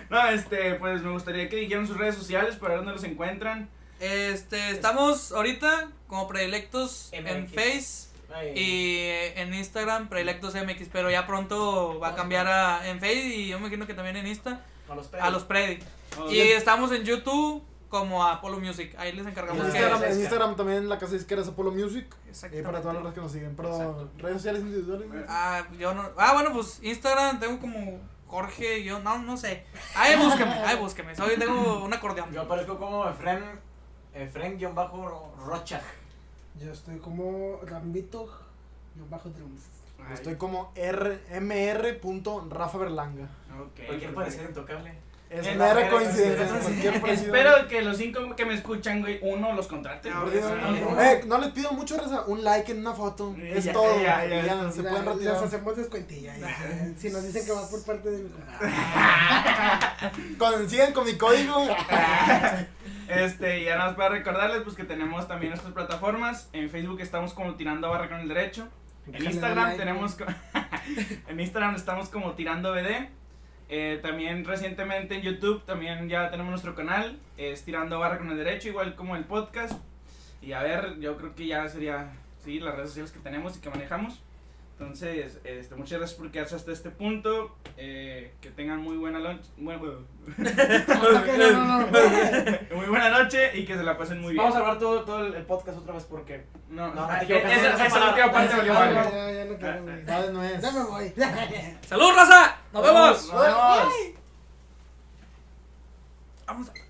[SPEAKER 1] No, este, pues me gustaría que dijeran sus redes sociales para ver dónde los encuentran.
[SPEAKER 3] Este, estamos ahorita como predilectos en
[SPEAKER 4] MX.
[SPEAKER 3] Face
[SPEAKER 4] Ay.
[SPEAKER 3] y en Instagram, predilectos MX, pero ya pronto va a cambiar a, en Face y yo me imagino que también en Insta,
[SPEAKER 4] A los pedos.
[SPEAKER 3] a los predi.
[SPEAKER 1] Oh,
[SPEAKER 3] Y estamos en YouTube como Apollo Music, ahí les
[SPEAKER 2] En
[SPEAKER 3] encargamos que...
[SPEAKER 2] Instagram,
[SPEAKER 4] es
[SPEAKER 2] en
[SPEAKER 4] esta.
[SPEAKER 2] Instagram también la casa disquera es Apollo Music. Y para
[SPEAKER 3] Exactamente.
[SPEAKER 2] todas las redes que nos siguen. Pero
[SPEAKER 1] Exacto.
[SPEAKER 2] redes sociales individuales.
[SPEAKER 3] Ah, yo no. Ah, bueno, pues Instagram tengo como Jorge, yo, no, no sé. Ahí búsqueme, ahí búsqueme. Soy, tengo un acordeón.
[SPEAKER 4] Yo aparezco como Efren, Efren-Rochach.
[SPEAKER 5] Yo estoy como Rambito, yo bajo triunfo.
[SPEAKER 1] Ay,
[SPEAKER 2] Estoy como R, mr.rafa berlanga.
[SPEAKER 1] ok,
[SPEAKER 4] Cualquier
[SPEAKER 1] perfecto.
[SPEAKER 4] parecer intocable.
[SPEAKER 2] Es
[SPEAKER 1] Es
[SPEAKER 2] mera
[SPEAKER 1] mera
[SPEAKER 2] coincidencia.
[SPEAKER 4] coincidencia.
[SPEAKER 2] cualquier parecido.
[SPEAKER 1] Espero que los cinco que me escuchan, güey, uno los contrate.
[SPEAKER 3] No,
[SPEAKER 1] güey.
[SPEAKER 3] no,
[SPEAKER 1] No, no.
[SPEAKER 2] Eh, no les pido mucho raza, un like en una foto.
[SPEAKER 1] Ya,
[SPEAKER 2] es
[SPEAKER 1] ya,
[SPEAKER 2] todo. y
[SPEAKER 1] ya,
[SPEAKER 2] Ya,
[SPEAKER 1] ya, ya.
[SPEAKER 2] se
[SPEAKER 5] La-
[SPEAKER 2] pueden
[SPEAKER 5] Las
[SPEAKER 2] retirar.
[SPEAKER 5] hacemos descuentilla. ya. Si nos dicen que va por parte de mi compadre.
[SPEAKER 2] Consigan con mi código.
[SPEAKER 1] Este, y nada más para recordarles, pues que tenemos también nuestras plataformas. En Facebook estamos como Tirando Barra con el Derecho. En
[SPEAKER 5] Déjale
[SPEAKER 1] Instagram
[SPEAKER 5] like,
[SPEAKER 1] tenemos co- en Instagram estamos como tirando BD. Eh, también recientemente en YouTube también ya tenemos nuestro canal, es tirando barra con el derecho, igual como el podcast. Y a ver, yo creo que ya sería sí las redes sociales que tenemos y que manejamos. Entonces, este, muchas gracias por quedarse hasta este punto. Eh, que tengan muy buena lunch, muy,
[SPEAKER 5] No, no, no, no.
[SPEAKER 1] muy buena noche y que se la pasen muy bien.
[SPEAKER 4] Vamos a hablar todo, todo el, el podcast otra vez porque.
[SPEAKER 1] No,
[SPEAKER 4] No,
[SPEAKER 1] no,
[SPEAKER 4] no
[SPEAKER 1] esa
[SPEAKER 4] te equivoques, no,
[SPEAKER 1] esa-
[SPEAKER 4] no,
[SPEAKER 1] esa
[SPEAKER 4] no,
[SPEAKER 1] última
[SPEAKER 4] no,
[SPEAKER 1] parte
[SPEAKER 4] no,
[SPEAKER 1] valió
[SPEAKER 4] no,
[SPEAKER 5] Ah,
[SPEAKER 1] madre.
[SPEAKER 5] ya, ya, no quiero, güey.
[SPEAKER 2] Ya de nuez.
[SPEAKER 5] Ya me voy.
[SPEAKER 3] ¡Salud, raza! ¡Nos vemos!
[SPEAKER 1] Nos vemos.
[SPEAKER 3] Vamos a-